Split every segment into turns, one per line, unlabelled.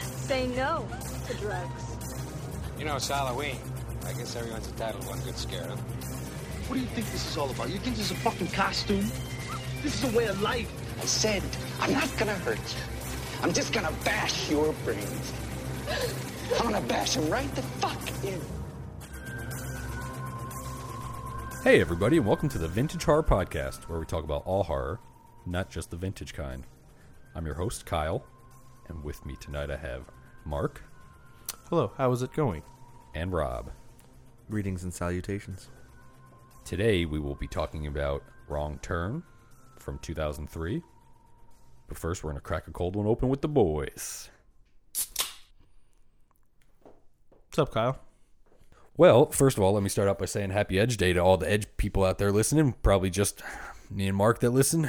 say no to drugs.
You know, it's Halloween. I guess everyone's entitled to one good scare, huh?
What do you think this is all about? You think this is a fucking costume? This is a way of life.
I said, I'm not gonna hurt you. I'm just gonna bash your brains. I'm gonna bash them right the fuck in.
Hey, everybody, and welcome to the Vintage Horror Podcast, where we talk about all horror, not just the vintage kind. I'm your host, Kyle, and with me tonight I have Mark
Hello, how is it going?
and Rob.
Greetings and salutations.
Today we will be talking about Wrong Turn from 2003. But first, we're going to crack a cold one open with the boys.
What's up, Kyle?
Well, first of all, let me start out by saying happy Edge Day to all the Edge people out there listening. Probably just me and Mark that listen.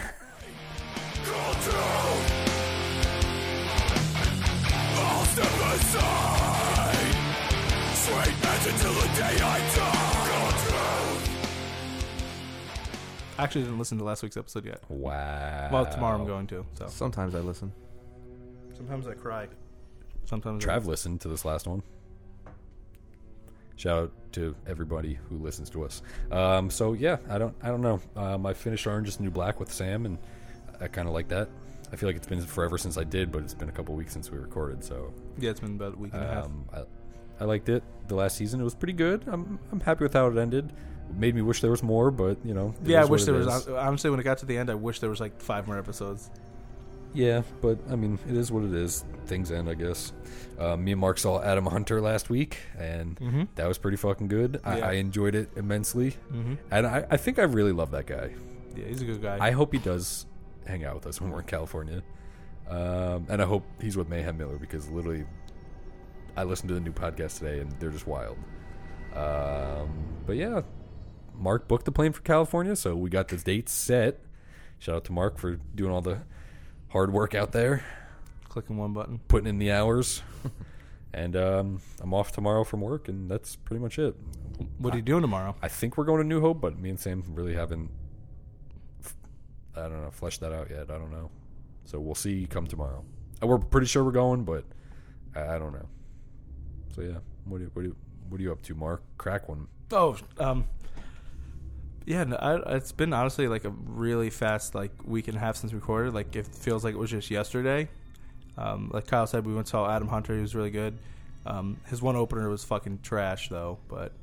I actually didn't listen to last week's episode yet.
Wow.
Well, tomorrow I'm going to. So
Sometimes I listen.
sometimes I cry. Sometimes I-
Trav listened to this last one. Shout out to everybody who listens to us. Um, so yeah, I don't, I don't know. Um, I finished Orange Is the New Black with Sam, and I kind of like that. I feel like it's been forever since I did, but it's been a couple weeks since we recorded. So
Yeah, it's been about a week and a half.
um, I, I liked it. The last season, it was pretty good. I'm, I'm happy with how it ended. It made me wish there was more, but you know. it
Yeah, I
is
wish
what
there
it
was. uh,
is.
hon- Honestly, when it got to the end, I wish there was like five more episodes.
Yeah, but I mean, it is what it is. Things end, I guess. Uh, me and Mark saw Adam Hunter last week, and that was pretty fucking good. I,
Yeah.
I enjoyed it immensely, and I, I think I really love that guy.
Yeah, he's a good guy.
I hope he does hang out with us when we're in California, um, and I hope he's with Mayhem Miller because literally, I listened to the new podcast today, and they're just wild. Um, but yeah, Mark booked the plane for California, so we got the date set. Shout out to Mark for doing all the hard work out there
Clicking one button.
putting in the hours. and um, I'm off tomorrow from work, and that's pretty much it.
What are you doing tomorrow?
I think we're going to New Hope, but me and Sam really haven't, f- I don't know, fleshed that out yet. I don't know. So we'll see come tomorrow. Uh, We're pretty sure we're going, but I, I don't know. So yeah, what do you, what do you, what are you up to, Mark? Crack one.
Oh, um, yeah. No, I, it's been honestly like a really fast like week and a half since we recorded. Like it feels like it was just yesterday. Um, like Kyle said, we went and saw Adam Hunter. He was really good. Um, his one opener was fucking trash though. But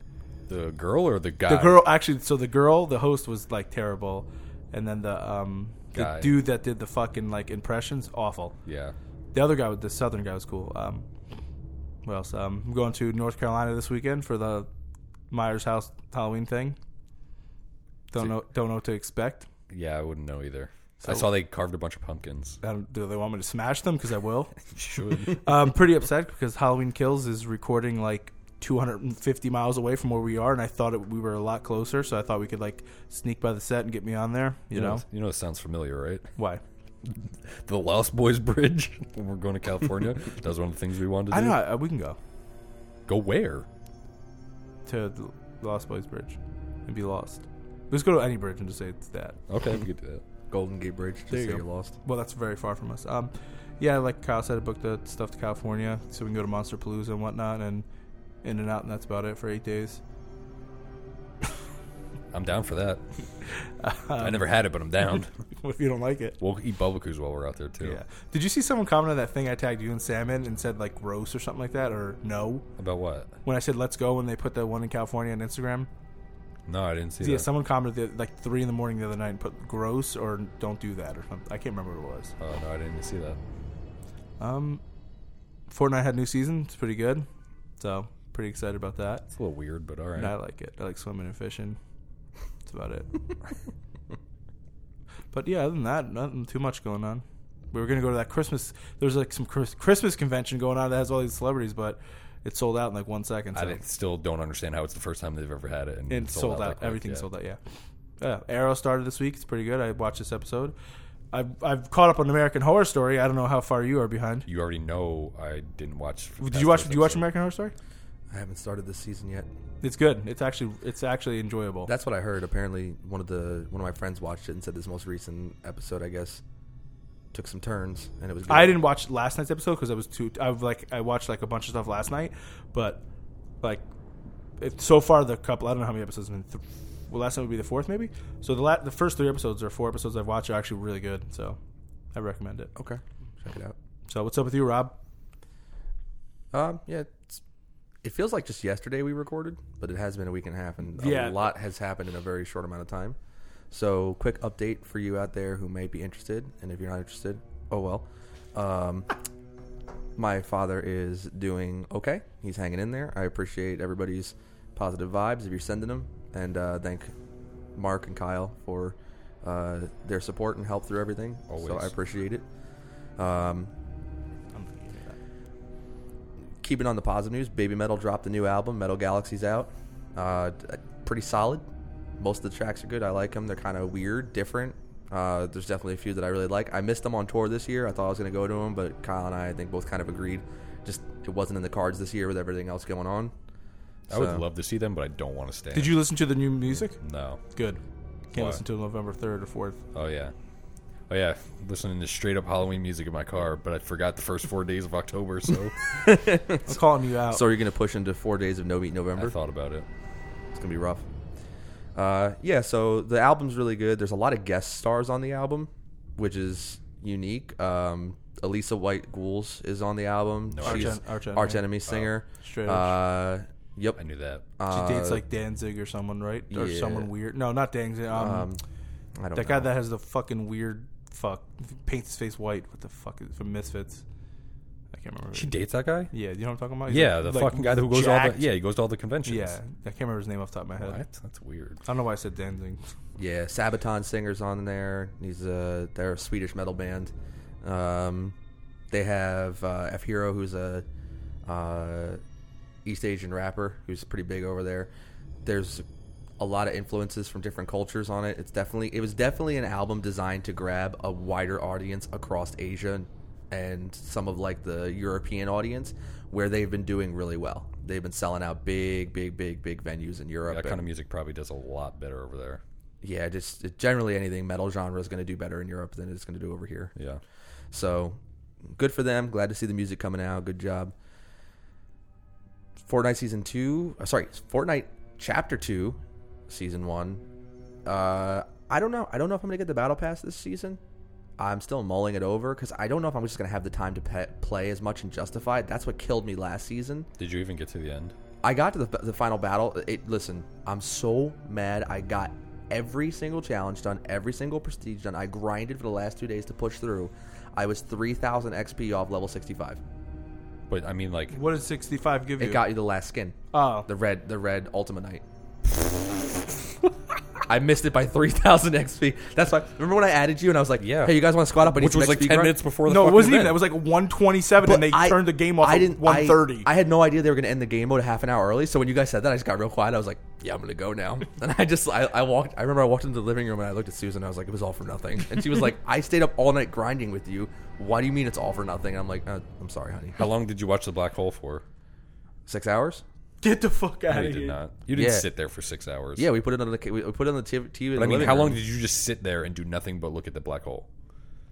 The girl or the guy?
the girl actually, so the girl, the host was like terrible, and then the um
Guy.
the dude that did the fucking like impressions awful.
Yeah.
The other guy, was the southern guy, was cool. Um, what else? Um, I'm going to North Carolina this weekend for the Myers House Halloween thing. Don't know, don't know what to expect.
Yeah, I wouldn't know either. I
So-
saw they carved a bunch of pumpkins.
I don't- do they want me to smash them? Because I will.
Should
I'm pretty upset because Halloween Kills is recording like 250 miles away from where we are, and I thought it, we were a lot closer, so I thought we could like sneak by the set and get me on there. You know
you know, it sounds familiar, right?
why?
the Lost Boys Bridge when we're going to California. that was one of the things we wanted to
I
do.
know I, we can go
Go where?
to the Lost Boys Bridge and be lost. Let's go to any bridge and just say it's that.
Okay, we could do that.
Golden Gate Bridge. Just
There
there
you
you
go.
are lost.
Well, that's very far from us. Um, yeah, like Kyle said, I booked the stuff to California, so we can go to Monster Palooza and whatnot, and in and out, and that's about it for eight days.
I'm down for that. I never had it, but I'm down.
if you don't like it,
we'll eat barbecues while we're out there too.
yeah. Did you see someone comment on that thing I tagged you and Sam in and said like gross or something like that, or no?
About what?
When I said let's go, when they put that one in California on Instagram,
No, I didn't see
yeah,
that.
someone commented that, like three in the morning the other night and put gross or don't do that or something. I can't remember what it was.
oh no, I didn't see that.
Um, Fortnite had new season. It's pretty good, so pretty excited about that.
It's a little weird, but all right.
And I like it. I like swimming and fishing. That's about it. but yeah, other than that, nothing too much going on. We were gonna go to that Christmas. There's like some Chris- Christmas convention going on that has all these celebrities, but it sold out in like one second. So.
I didn't- still don't understand how it's the first time they've ever had it and
and
it's
sold, out.
that quick,
Everything
yeah.
sold out. Yeah. Uh, Arrow started this week. It's pretty good. I watched this episode. I've, I've caught up on American Horror Story. I don't know how far you are behind.
You already know I didn't watch. for the
Did
past
you watch?
first
Did you watch
episode.
American Horror Story?
I haven't started this season yet.
It's good. It's actually it's actually enjoyable.
That's what I heard. Apparently, one of the one of my friends watched it and said this most recent episode. I guess took some turns, and it was. Good.
I didn't watch last night's episode because I was too. I was like I watched like a bunch of stuff last night, but like it, so far the couple. I don't know how many episodes. Have been th- well, last night would be the fourth, maybe. So the la- the first three episodes or four episodes I've watched are actually really good. So I recommend it.
Okay, check it out.
So what's up with you, Rob?
Um, yeah, it's, it feels like just yesterday we recorded, but it has been a week and a half, and
Yeah.
a lot has happened in a very short amount of time. So, quick update for you out there who may be interested, and if you're not interested, oh well. Um, my father is doing okay. He's hanging in there. I appreciate everybody's positive vibes if you're sending them, and uh, thank Mark and Kyle for uh, their support and help through everything. So
Always.
I appreciate it. Um, keeping on the positive news, Baby Metal dropped a new album. Metal Galaxy's out. Uh, d- pretty solid. Most of the tracks are good. I like them. They're kind of weird, different. Uh, there's definitely a few that I really like. I missed them on tour this year. I thought I was going to go to them, but Kyle and I, I think, both kind of agreed. Just it wasn't in the cards this year with everything else going on.
I would
So-
love to see them, but I don't want to stand.
Did you listen to the new music?
No.
Good. Can't
Why?
listen to it November third or fourth.
Oh yeah. Oh yeah. Listening to straight up Halloween music in my car, but I forgot the first four days of October, so
I'm calling you out.
So you're going to push into four days of No Meat November?
I thought about it.
It's gonna be rough. Uh, yeah, so the album's really good. There's a lot of guest stars on the album, which is unique. Um, Elisa White Ghouls is on the album. No,
Arch en- Arch Enemy. Oh.
Enemy singer.
Straight
uh, yep.
I knew that.
she dates like Danzig or someone, right? Or
uh, yeah.
someone weird. No, not Danzig. Um,
I don't
that
know.
guy that has the fucking weird fuck paints his face white. What the fuck is from Misfits? I can't remember.
She dates that guy?
yeah, you know what I'm talking about? He's
Yeah, the
like- like
fucking guy who goes all
jacked.
the yeah he goes to all the conventions.
Yeah, I can't remember his name off the top of my head.
What? That's weird.
I don't know why I said Danzig.
Yeah, Sabaton singer's on there. He's a they're a Swedish metal band. Um, they have uh, F Hero, who's a uh, East Asian rapper who's pretty big over there. There's a lot of influences from different cultures on it. It's definitely it was definitely an album designed to grab a wider audience across Asia and some of like the European audience where they've been doing really well. They've been selling out big, big, big, big venues in Europe.
That
and-
kind of music probably does a lot better over there.
yeah, just generally anything metal genre is going to do better in Europe than it's going to do over here.
Yeah.
So good for them. Glad to see the music coming out. Good job. Fortnite season two. uh, Sorry, Fortnite chapter two, season one. Uh, I don't know. I don't know if I'm going to get the battle pass this season. I'm still mulling it over because I don't know if I'm just going to have the time to pe- play as much and justify it. That's what killed me last season.
Did you even get to the end?
I got to the, the final battle. It, listen, I'm so mad. I got every single challenge done, every single prestige done. I grinded for the last two days to push through. I was 3,000 XP off level 65.
But I mean, like,
What did 65 give
It
you?
got you the last skin,
oh,
the red, the red Ultima Knight. I missed it by 3,000 XP. That's why. Remember when I added you and I was like,
Yeah.
"Hey, you guys want to squad up?" I need
which
some
was like
XP
ten
grind?
minutes before the
no, it
fucking
wasn't even.
event.
It was like 127, and they
But I-
turned the game off.
I
at
didn't.
130.
I, I had no idea they were going to end the game mode a half an hour early. So when you guys said that, I just got real quiet. I was like, "Yeah, I'm going to go now." And I just, I, I walked. I remember I walked into the living room and I looked at Susan. I was like, "It was all for nothing." And she was like, "I stayed up all night grinding with you. Why do you mean it's all for nothing?" And I'm like, uh, "I'm sorry, honey.
How long did you watch the black hole for?
Six hours?
Get the fuck
No,
out
you
of
did
here.
not. You didn't
Yeah.
sit there for six hours.
Yeah, we put it on the ca- we we put it on the t- TV. in
But I
the
mean,
living
how long
room.
did you just sit there and do nothing but look at the black hole?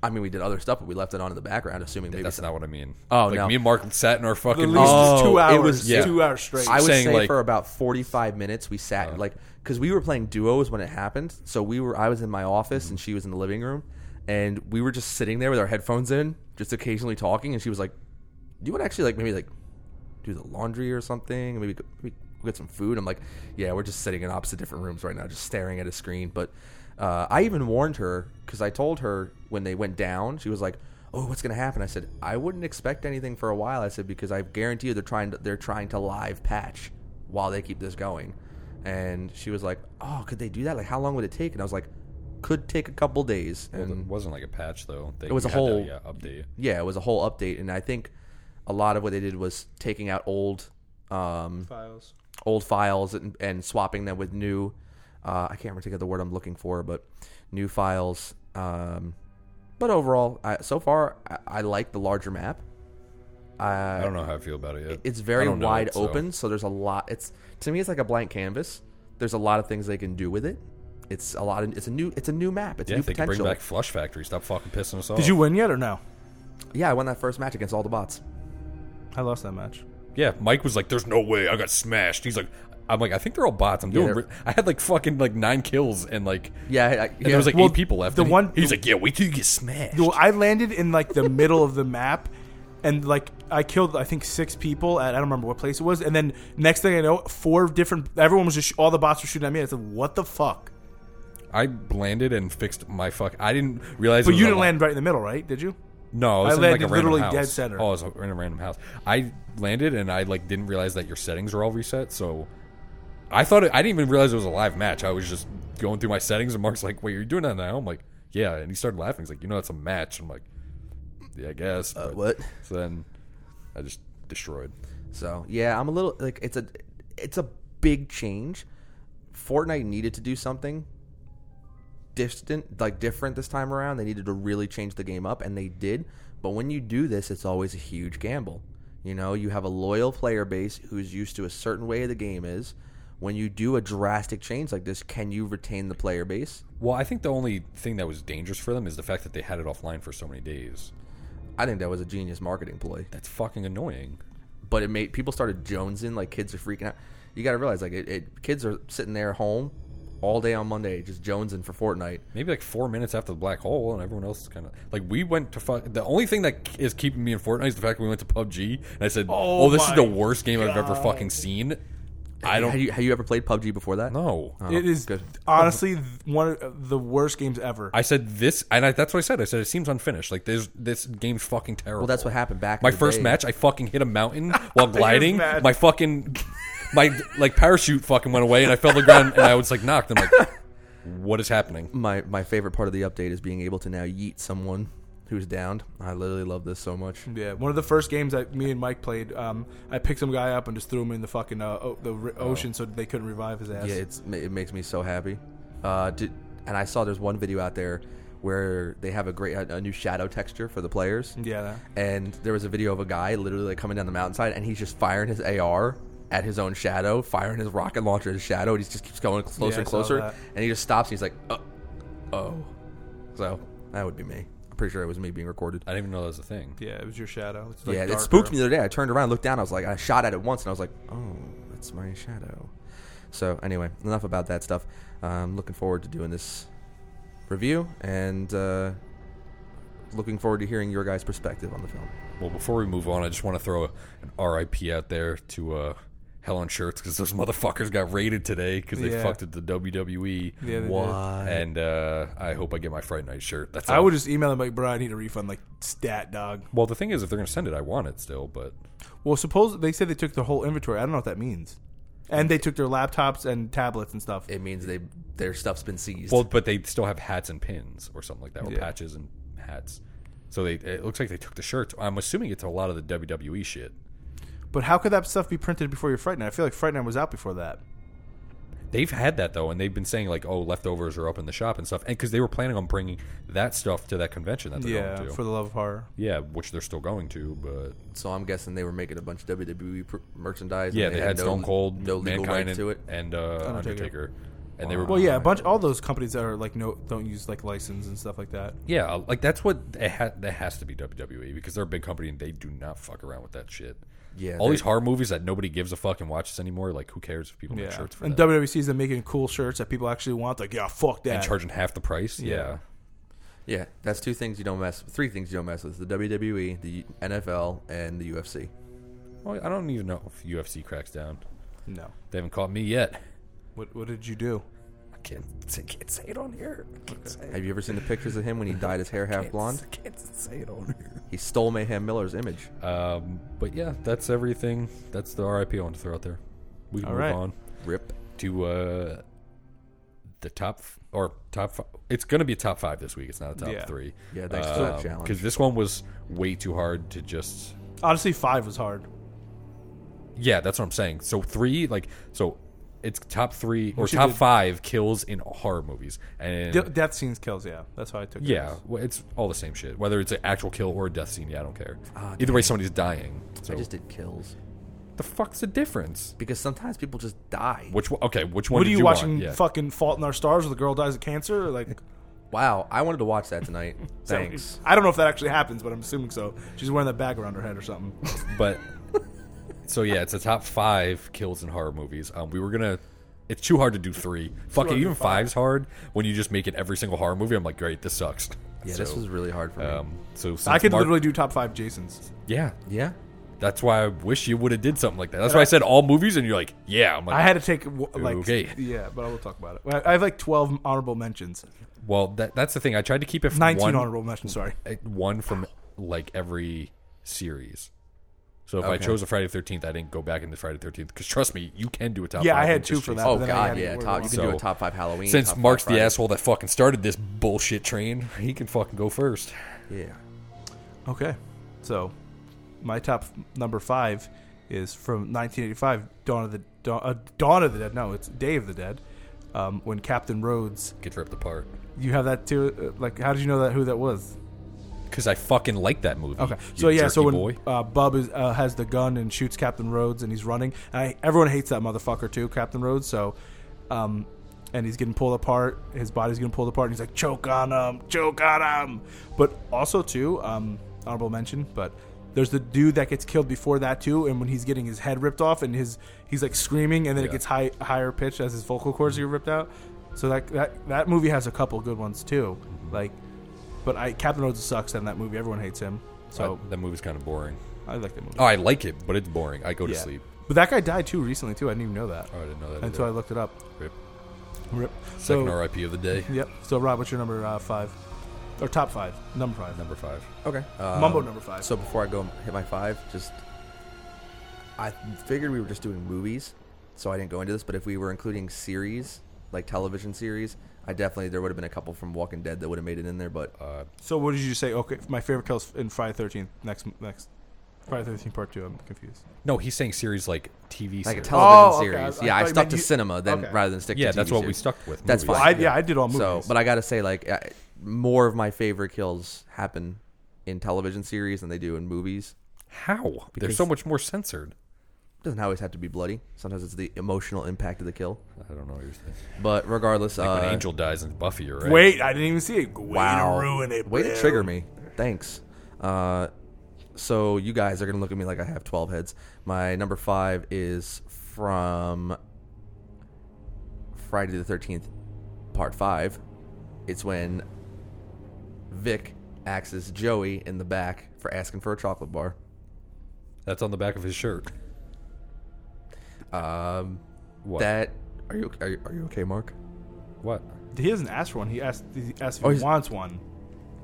I mean, we did other stuff, but we left it on in the background, assuming maybe
That's
some-
not what I mean.
Oh,
like,
no.
Me and Mark sat in our
The
fucking.
least
Oh,
is two hours.
it was-
yeah.
Two hours straight.
I would
saying,
say
like- Oh.
for about 45 minutes we sat like because we were playing duos when it happened. So we were I was in my office
Mm-hmm.
and she was in the living room, and we were just sitting there with our headphones in, just occasionally talking. And she was like, "Do you want to actually like maybe like do the laundry or something? Maybe go- maybe go get some food." I'm like, "Yeah, we're just sitting in opposite different rooms right now, just staring at a screen." But uh, I even warned her because I told her when they went down, she was like. Oh, what's gonna happen? I said I wouldn't expect anything for a while. I said because I guarantee you they're trying to, they're trying to live patch while they keep this going. And she was like, "Oh, could they do that? Like, how long would it take?" And I was like, "Could take a couple days."
Well, it
And
wasn't like a patch though. They,
It was
you
a
had to,
whole-
yeah, update.
yeah, it was a whole update, and I think a lot of what they did was taking out old, um,
Files.
old files and, and swapping them with new. Uh, I can't remember the word I'm looking for, but new files. Um, but overall, I, so far, I, I like the larger map.
I don't know how I feel about it yet.
uh, it's
I
very
don't know
wide
it, so-
open so. there's a lot it's to me it's like a blank canvas there's a lot of things they can do with it It's a lot. Of, it's a new. It's a new map. It's a
Yeah,
new
if they could
potential.
bring back Flush Factory, stop fucking pissing us off.
Did you win yet or no?
Yeah, I won that first match against all the bots.
I lost that match.
Yeah, Mike was like, "There's no way I got smashed." He's like, "I'm like, I think they're all bots. I'm doing.
they're-
re- I had like fucking like nine kills and like,
Yeah, I, I,
and there was like
Well,
eight people left.
the
and he-
one-
he's like, "Yeah, wait till you get smashed."
Well, I landed in like the middle of the map, and like I killed I think six people at I don't remember what place it was. And then next thing I know, four different everyone was just sh- all the bots were shooting at me. I said, "What the fuck?"
I landed and fixed my fuck. I didn't realize. it
But
was
you
a
didn't
lot-
land right in the middle, right? Did you?
No, I, was
I
in, like
landed
a random
literally
house.
dead center.
Oh, I was in a random house. I landed and I like didn't realize that your settings were all reset. So I thought it, I didn't even realize it was a live match. I was just going through my settings, and Mark's like, "Wait, you're doing that now?" I'm like, "Yeah," and he started laughing. He's like, "You know, that's a match." I'm like, "Yeah, I guess."
Uh,
but-
what?
So then I just destroyed.
So yeah, I'm a little like it's a it's a big change. Fortnite needed to do something distant, like different this time around. They needed to really change the game up, and they did. But when you do this, it's always a huge gamble. You know, you have a loyal player base who's used to a certain way the game is. When you do a drastic change like this, can you retain the player base?
Well, I think the only thing that was dangerous for them is the fact that they had it offline for so many days.
I think that was a genius marketing ploy.
That's fucking annoying.
but it made people started jonesing. Like kids are freaking out. You got to realize, like, it, it kids are sitting there home all day on Monday just jonesing for Fortnite.
maybe like four minutes after the black hole, and everyone else is kind of like we went to fuck. The only thing that is keeping me in Fortnite is the fact that we went to PUBG, and I said, "Oh,
Oh
this is
my
the worst game I've ever fucking seen." I
Have
don't
you, have you ever played PUBG before that?
know.
Oh.
it is
good.
honestly th- one of the worst games ever.
I said this, and I, that's what I said. I said it seems unfinished. Like there's this game's fucking terrible.
Well, that's what happened back. in
My
the
first
day.
match, I fucking hit a mountain while gliding.
mad.
My fucking my like parachute fucking went away, and I fell to the ground, and I was like knocked. I'm like, what is happening?
My my favorite part of the update is being able to now yeet someone who's downed. I literally love this so much.
yeah, one of the first games that me and Mike played, um, I picked some guy up and just threw him in the fucking uh, o- the r- ocean so they couldn't revive his ass.
Oh. Yeah, it's it makes me so happy. Uh, did, and I saw there's one video out there where they have a great a, a new shadow texture for the players.
Yeah, that-
and there was a video of a guy literally like coming down the mountainside and he's just firing his AR at his own shadow, firing his rocket launcher at his shadow, and he just keeps going closer
Yeah, I
and
saw
closer.
that.
And he just stops and he's like, oh, oh. So that would be me. I'm pretty sure it was me being recorded.
I didn't even know that was a thing.
yeah, it was your shadow. It's like
yeah, it
darker.
spooked me the other day. I turned around, looked down, I was like, I shot at it once and I was like, oh, that's my shadow. So anyway, enough about that stuff. I'm looking forward to doing this review and uh, looking forward to hearing your guys' perspective on the film.
Well, before we move on, I just want to throw an RIP out there to uh, Hell on Shirts because those motherfuckers got raided today because they
Yeah.
fucked at the WWE.
Yeah, they did.
Why? And uh, I hope I get my Fright Night shirt. That's
I
all.
would just email him like, bro, I need a refund. Like, stat dog.
Well, the thing is, if they're gonna send it, I want it still. But
Well, suppose they said they took the whole inventory. I don't know what that means. And they took their laptops and tablets and stuff.
it means they their stuff's been seized.
well, but they still have hats and pins or something like that, or
Yeah.
patches and hats. So they it looks like they took the shirts. I'm assuming it's a lot of the WWE shit.
But how could that stuff be printed before your Fright Night? I feel like Fright Night was out before that.
They've had that though, and they've been saying like, "Oh, leftovers are up in the shop and stuff," and because they were planning on bringing that stuff to that convention that they're going
Yeah,
to.
for the love of horror.
yeah, which they're still going to, but
so I'm guessing they were making a bunch of WWE pr- merchandise.
Yeah,
and
they, had, Stone Cold,
no legal
Mankind, and,
rights to it.
and uh, Undertaker.
Undertaker.
and they were
Well, yeah, a bunch. All those companies that are like no, don't use like license and stuff like that.
yeah, like that's what it ha- that has to be WWE because they're a big company and they do not fuck around with that shit.
Yeah,
all
they-
these horror movies that nobody gives a fuck and watches anymore. Like, who cares if people make
Yeah,
shirts for
and
them
WWC's them making cool shirts that people actually want. Like, yeah, fuck that.
and charging half the price? Yeah.
Yeah.
Yeah, that's two things you don't mess. Three things you don't mess with: the WWE, the NFL, and the UFC.
Well, I don't even know if UFC cracks down.
no.
They haven't caught me yet.
What What did you do?
I can't say, can't say it on here. I can't say it.
Have you ever seen the pictures of him when he dyed his hair half blonde?
I can't say it on here.
He stole Mayhem Miller's image.
Um, but yeah, that's everything. That's the RIP I want to throw out there. We can
All
move
right.
on.
Rip.
to uh, the top f- or top. F- it's going to be a top five this week. It's not a top
Yeah.
three.
Yeah, thanks for that challenge.
Because Um, this one was way too hard to just.
Honestly, five was hard.
Yeah, that's what I'm saying. So three, like, so it's top three or
should
top
do-
five kills in horror movies, and
De- death scenes kills. Yeah, that's how I took.
yeah,
those.
well, it's all the same shit. Whether it's an actual kill or a death scene, yeah, I don't care. Either way, somebody's dying. So
I just did kills.
The fuck's the difference?
because sometimes people just die.
Which one? Okay, which one?
What are
did
you,
want?
watching?
Yeah.
Fucking Fault in Our Stars, where the girl dies of cancer. Like,
Wow, I wanted to watch that tonight. Thanks.
I don't know if that actually happens, but I'm assuming so. She's wearing that bag around her head or something.
but so yeah, it's a top five kills in horror movies. Um, we were gonna. It's too hard to do three. Fuck it, even five's hard when you just make it every single horror movie. I'm like, great, this sucks.
Yeah, this
So,
was really hard for me. Oh,
Um, so
I
since
could
Mark-
literally do top five Jasons.
Yeah,
yeah,
that's why I wish you would have did something like that. That's why I said all movies, and you're like, yeah. I'm like,
I had to take w- like
Okay.
yeah, but I will talk about it. I- I have like twelve honorable mentions,
well, that, that's the thing. I tried to keep it from
nineteen
one,
honorable mentions. Sorry,
uh, one from like every series. So if I
Okay.
chose a Friday the Thirteenth, I didn't go back into Friday the Thirteenth because trust me, you can do a top.
Yeah,
five
I had
and
two
just
for
change
that.
Oh
then I had
god,
to
yeah.
order
Top, you
one.
can do
So,
a top five Halloween.
Since
top five
Mark's the
Friday.
asshole that fucking started this bullshit train, he can fucking go first.
Yeah.
Okay. So, my top f- number five is from 1985, Dawn of the Dawn, uh, Dawn of the Dead. No, it's Day of the Dead. Um, when Captain Rhodes,
Get ripped apart.
you have that too. uh, Like, how did you know that who that was?
Because I fucking like that movie.
Okay,
you
so yeah,
jerky
so when
boy.
uh, Bub is, uh, has the gun and shoots Captain Rhodes, and he's running, and I, everyone hates that motherfucker too, Captain Rhodes. So, um, and he's getting pulled apart, his body's getting pulled apart, and he's like, choke on him, choke on him. But also too, um, honorable mention, but there's the dude that gets killed before that too, and when he's getting his head ripped off, and his he's like screaming, and then
Yeah.
it
Mm-hmm.
gets high, higher pitched as his vocal cords get ripped out. So that that that movie has a couple good ones too,
Mm-hmm.
like. But I, Captain Rhodes sucks in that movie. Everyone hates him. So
Uh, that movie's kind of boring.
I like that movie.
Oh, I like it, but it's boring. I go to
Yeah.
sleep.
But that guy died too recently too. I didn't even know that
Oh, I didn't know that.
until I
either.
looked it up.
Rip.
Rip.
Second
so,
RIP of the day.
Yep. So Rob, what's your number uh, five? Or top five? Number five.
Number five.
Okay. Um,
Mumbo number five.
So before I go hit my five, just I figured we were just doing movies, so I didn't go into this. But if we were including series, like television series, I definitely there would have been a couple from Walking Dead that would have made it in there. But
Uh,
So what did you say? Okay, my favorite kills in Friday Thirteenth. Next next Friday Thirteenth Part Two. I'm confused.
No, he's saying series like TV.
like a
series.
Oh, okay,
television
I-
series,
I
yeah,
thought
I
you
stuck
meant
to
you-
cinema then
okay.
rather than stick.
Yeah,
to
that's
TV
what we
series.
stuck with,
That's
movies.
fine.
Well, I, yeah, I did all movies.
So, but I gotta say, like, I, more of my favorite kills happen in television series than they do in movies.
How? They're so much more censored.
Doesn't always have to be bloody. Sometimes it's the emotional impact of the kill.
I don't know what you're saying.
But regardless,
Like
uh,
when Angel dies in Buffy, right?
Wait, I didn't even see it. Way
Wow.
to ruin it.
Way
bro.
to trigger me. Thanks. Uh, so you guys are gonna look at me like I have twelve heads. My number five is from Friday the Thirteenth, Part Five. It's when Vic axes Joey in the back for asking for a chocolate bar.
That's on the back of his shirt.
Um,
What?
that are you are you, are you okay, Mark?
what?
He doesn't ask for one. He asked. He asked if
Oh,
he
he's-
wants one.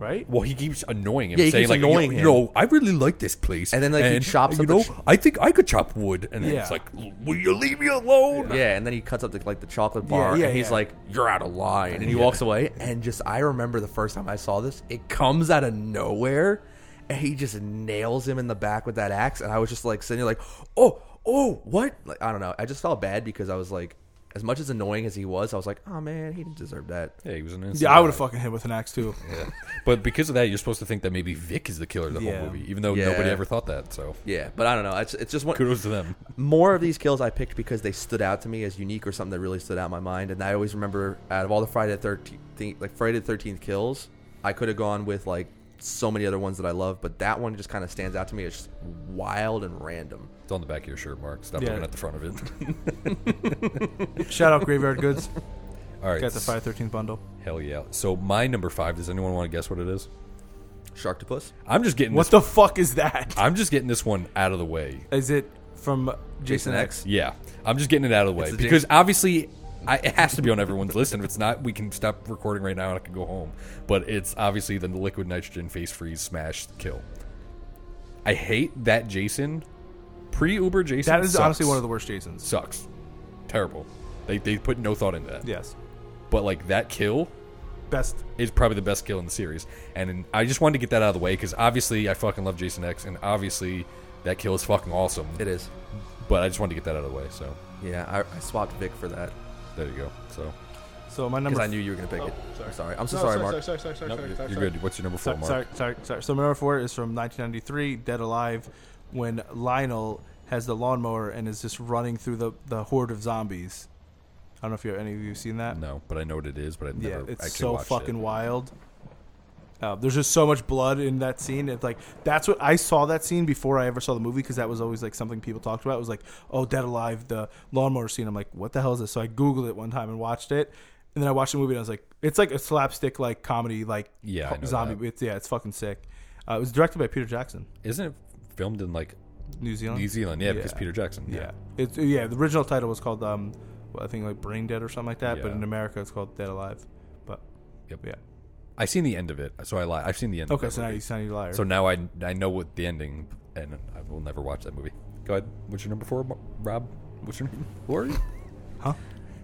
Right.
Well, he keeps annoying him,
Yeah, he
saying
keeps
like,
annoying
you,
him.
know, I really like this place,
And then, like, he chops
You
up the
know,
ch-
I think I could chop wood, and
Yeah.
it's like, will you leave me alone?
Yeah, and then he cuts up the, like the chocolate bar,
yeah,
and he's
yeah.
like, "You're out of line," and he walks away. And just I remember the first time I saw this, it comes out of nowhere, and he just nails him in the back with that axe. And I was just like sitting there, like, "Oh, oh, what?" Like I don't know. I just felt bad because I was like, as much as annoying as he was, I was like, "Oh man, he didn't deserve that."
Yeah, he was an innocent
Yeah, I would have
guy.
fucking hit with an axe too.
But because of that, you're supposed to think that maybe Vic is the killer of the
Yeah.
whole movie, even though
Yeah.
nobody ever thought that. So
Yeah, but I don't know. It's, it's just one.
kudos to them.
more of these kills I picked because they stood out to me as unique or something that really stood out in my mind. And I always remember out of all the Friday the 13th, like Friday the 13th kills, I could have gone with like so many other ones that I love, but that one just kind of stands out to me. It's just wild and random.
It's on the back of your shirt, Mark. Stop
Yeah.
looking at the front of it.
Shout out Graveyard Goods.
All right,
Got the Friday Thirteenth bundle.
hell yeah. So my number five. Does anyone want to guess what it is?
Sharktopus?
I'm just getting
What
this.
the fuck is that?
I'm just getting this one out of the way.
Is it from Jason,
Jason
X?
X?
Yeah, I'm just getting it out of the way
It's a
because obviously I, it has to be on everyone's list, and if it's not, we can stop recording right now and I can go home. But it's obviously the liquid nitrogen face freeze smash kill. I hate that Jason, pre Uber Jason.
That is
sucks.
honestly one of the worst Jasons.
sucks, terrible. They they put no thought into that.
Yes,
But like that kill
best.
is probably the best kill in the series, and in- I just wanted to get that out of the way because obviously I fucking love Jason X, and obviously that kill is fucking awesome.
It is.
But I just wanted to get that out of the way. So
Yeah, I, I swapped Vic for that
there you go. So.
So my number.
because I knew you were going to pick it. Oh, Sorry. sorry. I'm so
No,
sorry, Mark.
Sorry, sorry, sorry,
Nope,
sorry,
you're,
sorry,
you're
sorry.
good. What's your number four,
Sorry,
Mark?
sorry, sorry, sorry. So my number four is from 1993, Dead Alive, when Lionel has the lawnmower and is just running through the, the horde of zombies. I don't know if you any of you seen that.
No, but I know what it is, but I've
Yeah,
never actually
it's so
watched
fucking
it.
wild. Uh, there's just so much blood in that scene. It's like that's what I saw that scene before I ever saw the movie because that was always like something people talked about. It was like, oh, Dead Alive, the lawnmower scene. I'm like, what the hell is this? So I googled it one time and watched it, and then I watched the movie and I was like, it's like a slapstick like comedy like
Yeah, I know
zombie.
that.
It's, yeah, it's fucking sick. Uh, it was directed by Peter Jackson,
Isn't it filmed in like
New Zealand.
New Zealand? Yeah, because
Yeah.
Peter Jackson.
Yeah, it's yeah. The original title was called um, well, I think like Brain Dead or something like that. But
Yeah.
in America, it's called Dead Alive. But
Yep.
yeah.
I seen the end of it, so I lie. I've seen the end.
Okay,
of that
so now
movie.
you sound you liar.
So now I I know what the ending, and I will never watch that movie. Go ahead. What's your number four, Mo- Rob? What's your name? Lori?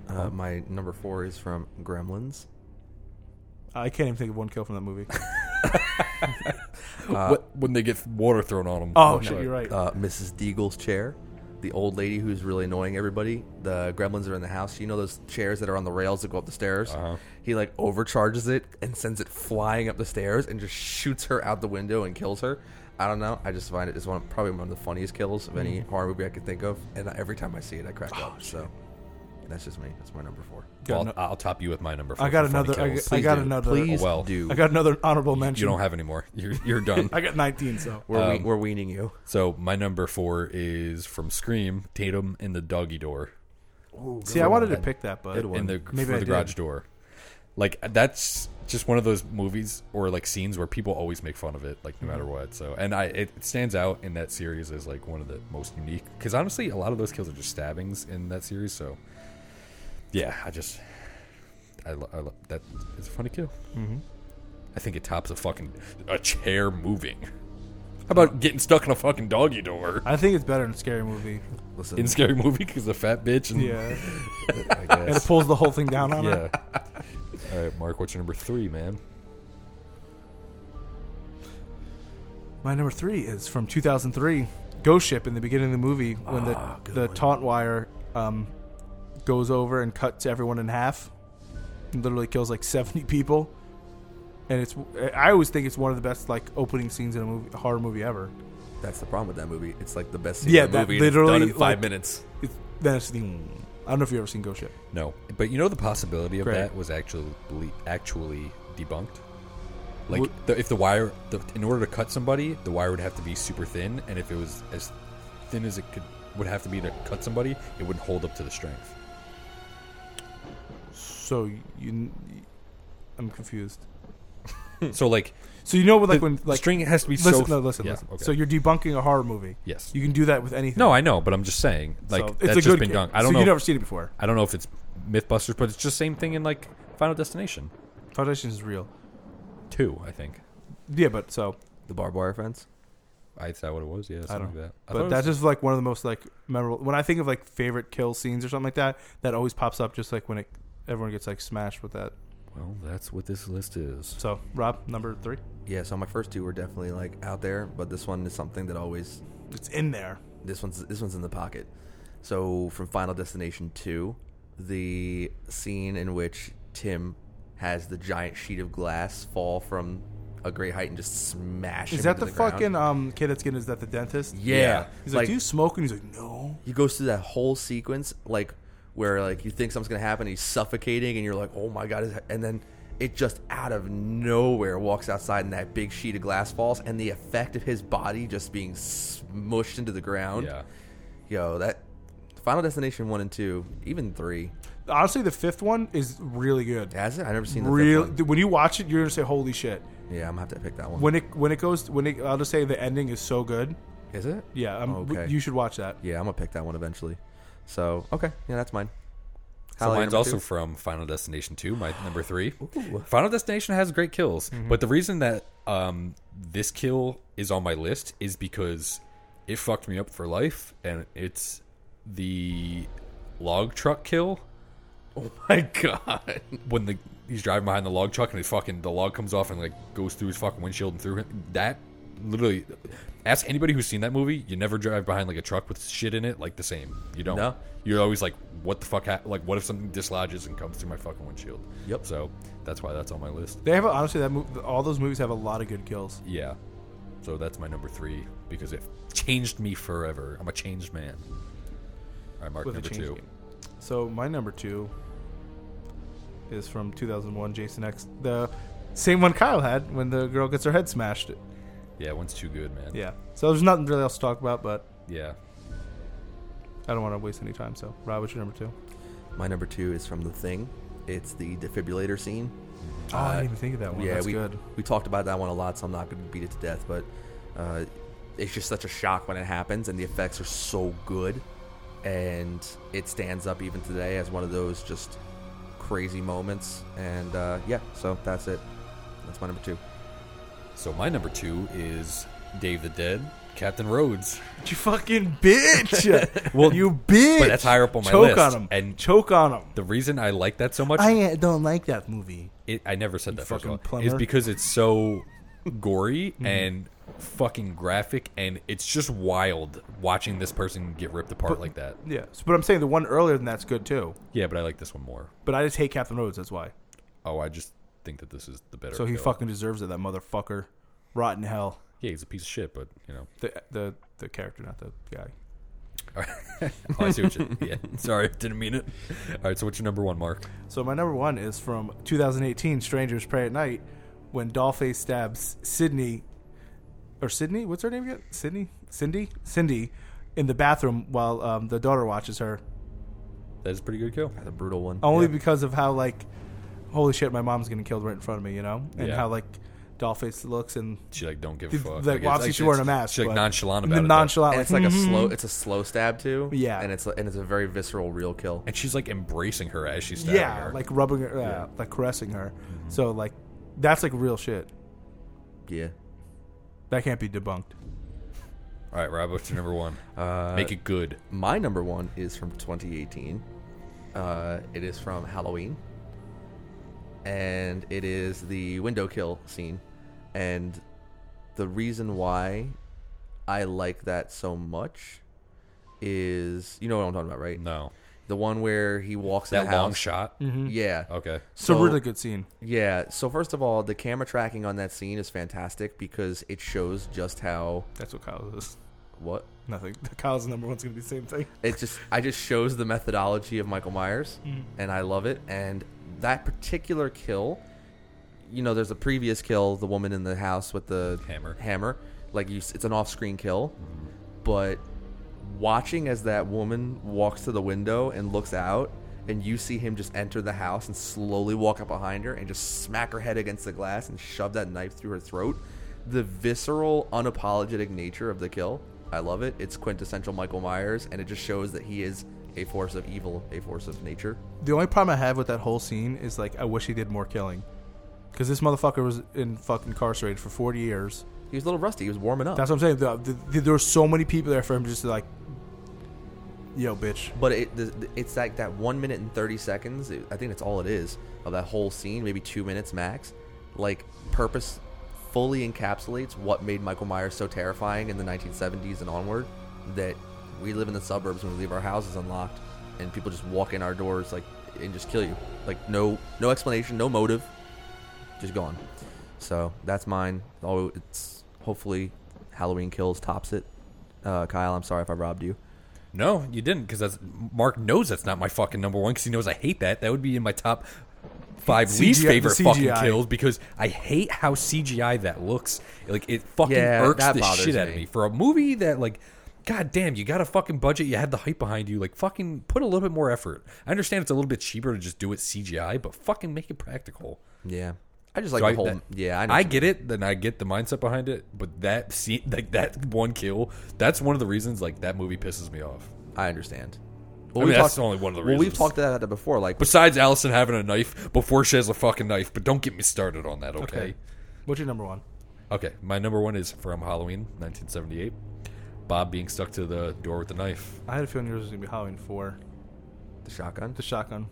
Uh, my number four is from Gremlins.
I can't even think of one kill from that movie.
what, Uh, when they get water thrown on them.
Oh, shit, you're right.
Uh, Mrs. Deagle's chair, the old lady who's really annoying everybody. The Gremlins are in the house. You know those chairs that are on the rails that go up the stairs.
Uh-huh.
He like overcharges it and sends it flying up the stairs and just shoots her out the window and kills her. I don't know. I just find it is one probably one of the funniest kills of
Mm-hmm.
any horror movie I could think of, and every time I see it, I crack
Oh,
up. So that's just me. That's my number four.
Got
I'll,
no-
I'll top you with my number four.
I got
for funny
another. I
kills.
got, I got
do.
another.
Please
Oh, well. um,
do.
I got another honorable mention.
You don't have any more. You're, you're done.
I got 19. So
We're, we- we're weaning you.
so my number four is from Scream, Tatum and the Doggy Door.
see, I wanted to pick that, but
in the
Maybe
for
I
the
did.
garage door. Like that's just one of those movies or like scenes where people always make fun of it, like no
Mm-hmm.
matter what. So, and I it stands out in that series as like one of the most unique because honestly, a lot of those kills are just stabbings in that series. So, yeah, I just I, lo- I lo- that is a funny kill. Mm-hmm. I think it tops a fucking a chair moving. How about getting stuck in a fucking doggy door
I think it's better in scary movie.
Listen,
in scary movie because the fat bitch and
Yeah,
I guess.
and it pulls the whole thing down on her.
Yeah. All right, Mark, what's your number three, man?
My number three is from 2003, Ghost Ship. In the beginning of the movie, when
Ah,
the the taunt wire um, goes over and cuts everyone in half, It literally kills like 70 people, and it's I always think it's one of the best like opening scenes in a movie horror movie ever.
that's the problem with that movie. It's like the best scene
Yeah,
in the
that
movie. and it's done
literally,
in five
like-
minutes.
It's, that's the I don't know if you've ever seen Ghost Ship.
No, but you know the possibility of
Great.
that was actually actually debunked. Like
What-
the, if the wire, the, in order to cut somebody, the wire would have to be super thin, and if it was as thin as it could would have to be to cut somebody, it wouldn't hold up to the strength.
So you, you I'm confused. Hmm.
so like,
So you know what, like
The
when like
string has to be so
listen,
th-
no, listen,
yeah,
listen.
okay.
So you're debunking a horror movie.
Yes.
you can do that with anything.
no, I know, but I'm just saying,
So
like that's just been
ca-
done. I
so
don't know.
You've never seen it before.
I don't know if it's MythBusters, but it's just same thing in like Final Destination
Foundation is real.
Two, I think.
Yeah, but so
The barbed wire fence.
I is that what it was? Yeah, something like
don't-
that. I thought it
but
was-
that's just like one of the most like memorable. When I think of like favorite kill scenes or something like that, that always pops up. Just like when it everyone gets like smashed with that.
well, that's what this list is.
So Rob, number three,
Yeah, so my first two were definitely like out there, but this one is something that always
it's in there.
this one's this one's in the pocket. So from Final Destination 2, the scene in which Tim has the giant sheet of glass fall from a great height and just smash him
Is that
into
the,
ground.
fucking um kid that's getting? Is that the dentist?
Yeah.
He's like,
like,
"Do you smoke?" And he's like, "No."
he goes through that whole sequence like where like you think something's going to happen, he's suffocating and you're like, "Oh my god." his- And then it just out of nowhere walks outside and that big sheet of glass falls and the effect of his body just being smushed into the ground.
Yeah.
Yo, that Final Destination one and two, even three,
Honestly, the fifth one is really good.
has it? I never seen the
Real.
fifth
When you watch it, you're gonna say, "Holy shit!"
one. Yeah, I'm gonna have to pick that one.
When it when it goes when it, I'll just say the ending is so good.
Is it?
Yeah, i
Oh, Okay.
you should watch that.
Yeah, I'm gonna pick that one eventually. So okay, yeah, that's mine.
So
Highlight
mine's
number
also
two.
from Final Destination 2, my number three. Final Destination has great kills,
Mm-hmm.
but the reason that um, this kill is on my list is because it fucked me up for life, and it's the log truck kill. Oh my god! When the he's driving behind the log truck and it fucking the log comes off and like goes through his fucking windshield and through him. That literally, ask anybody who's seen that movie. You never drive behind like a truck with shit in it like the same. You don't.
No.
You're always like, what the fuck? hap like, what if something dislodges and comes through my fucking windshield?
Yep.
So that's why that's on my list.
They have a, honestly that mov all those movies have a lot of good kills.
Yeah. So that's my number three because it changed me forever. I'm a changed man. All right, Mark,
With a
number
change
two.
game. So my number two is from 2001 Jason X, the same one Kyle had when the girl gets her head smashed.
Yeah, one's too good, man.
Yeah. So there's nothing really else to talk about, but
Yeah.
I don't want to waste any time. So Rob, what's your number two?
My number two is from The Thing. It's the defibrillator scene.
Oh, I didn't even think of that one.
yeah,
That's
we
good.
we talked about that one a lot, so I'm not going to beat it to death. But uh, it's just such a shock when it happens, and the effects are so good, and it stands up even today as one of those just crazy moments. And uh, yeah, so that's it. That's my number two.
So my number two is Dave the Dead, Captain Rhodes.
You fucking bitch. well, you bitch.
but that's higher up on my
choke
list,
on him
and-
choke on him.
The reason I like that so much,
I uh, don't like that movie.
it, I never said that first of all,
fucking
is
plumber. Mm-hmm.
because it's so gory and fucking graphic, and it's just wild watching this person get ripped apart like that.
Yeah, so, but I'm saying the one earlier than that's good too.
Yeah, but I like this one more.
But I just hate Captain Rhodes. That's why.
Oh, I just think that this is the better.
So he
film.
fucking deserves it. That motherfucker. Rotten hell.
Yeah, he's a piece of shit, but you know.
The the the character, not the guy.
Oh, I see what you. Yeah, sorry, didn't mean it. All right, so what's your number one, Mark?
So my number one is from 2018, Strangers Pray at Night, when Dollface stabs Sydney, or Sydney, what's her name again? Sydney, Cindy, Cindy, in the bathroom while um, the daughter watches her.
That is a pretty good kill.
The brutal one.
Only because of how like, holy shit, my mom's getting killed right in front of me, you know, and
Yeah.
how like Dollface looks and
She like don't give a
Dude,
fuck.
like,
it's-
well, obviously she wearing a
it's-
mask,
She's like
but-
nonchalant
and
about
the
it. though.
nonchalant,
and
like, mm-hmm.
it's like a slow, it's a slow stab too.
Yeah.
and it's and it's a very visceral, real kill.
And she's like embracing her as she's stabbing
yeah,
her.
like rubbing her, uh, like caressing her.
Mm-hmm.
So like, that's like real shit.
Yeah,
That can't be debunked.
all right, Rob, what's your number one?
Uh,
Make it good.
my number one is from 2018. Uh, it is from Halloween, and it is the window kill scene. And the reason why I like that so much is you know what I'm talking about, right?
No,
The one where he walks in
that
the house.
long shot.
Mm.
Mm-hmm.
Yeah.
Okay,
It's a
So-
really good scene.
Yeah. So first of all, the camera tracking on that scene is fantastic because it shows just how
That's what Kyle is.
what
Nothing. Kyle's number one's gonna be the same thing.
it just I just shows the methodology of Michael Myers, and I love it. And that particular kill, you know, there's a previous kill, the woman in the house with the
Hammer.
hammer. Like you, s- it's an off-screen kill, but watching as that woman walks to the window and looks out, and you see him just enter the house and slowly walk up behind her and just smack her head against the glass and shove that knife through her throat. The visceral, unapologetic nature of the kill, I love it. It's quintessential Michael Myers, and it just shows that he is a force of evil, a force of nature.
The only problem I have with that whole scene is like I wish he did more killing, because this motherfucker was in fucking incarcerated for forty years.
He was a little rusty. He was warming up.
That's what I'm saying. The, the, the- there were so many people there for him just to like, yo, bitch.
But it, the, the- it's like that one minute and thirty seconds. It, I think that's all it is of that whole scene, maybe two minutes max. Like purpose fully encapsulates what made Michael Myers so terrifying in the 1970s and onward. That we live in the suburbs and we leave our houses unlocked, and people just walk in our doors like and just kill you. Like no no explanation, no motive, just gone. So that's mine. Oh, it's hopefully Halloween Kills tops it. Uh, Kyle, I'm sorry if I robbed you.
no, you didn't because that's Mark knows that's not my fucking number one because he knows I hate that. That would be in my top five least
CGI
favorite
the
fucking
CGI.
kills because I hate how CGI that looks. Like it fucking
Yeah,
irks
that
the
bothers
shit out of
me.
me for a movie that like. God damn, you got a fucking budget. You had the hype behind you. Like, fucking put a little bit more effort. I understand it's a little bit cheaper to just do it CGI, but fucking make it practical.
Yeah. I just like
So
the whole.
that-
yeah, I, know
I,
what you
get it. Then I get the mindset behind it. But that scene, like that one kill, that's one of the reasons like that movie pisses me off.
mean. I understand.
I
Well,
mean,
we've
that's
talked-
only one of the
Well,
reasons.
we've talked about that before. Like,
Besides Allison having a knife before she has a fucking knife, but don't get me started on that, okay? Okay,
What's your number one?
my number one is from Halloween, 1978. Bob being stuck to the door with the knife.
I had a feeling yours was gonna be Halloween four.
the shotgun.
The shotgun.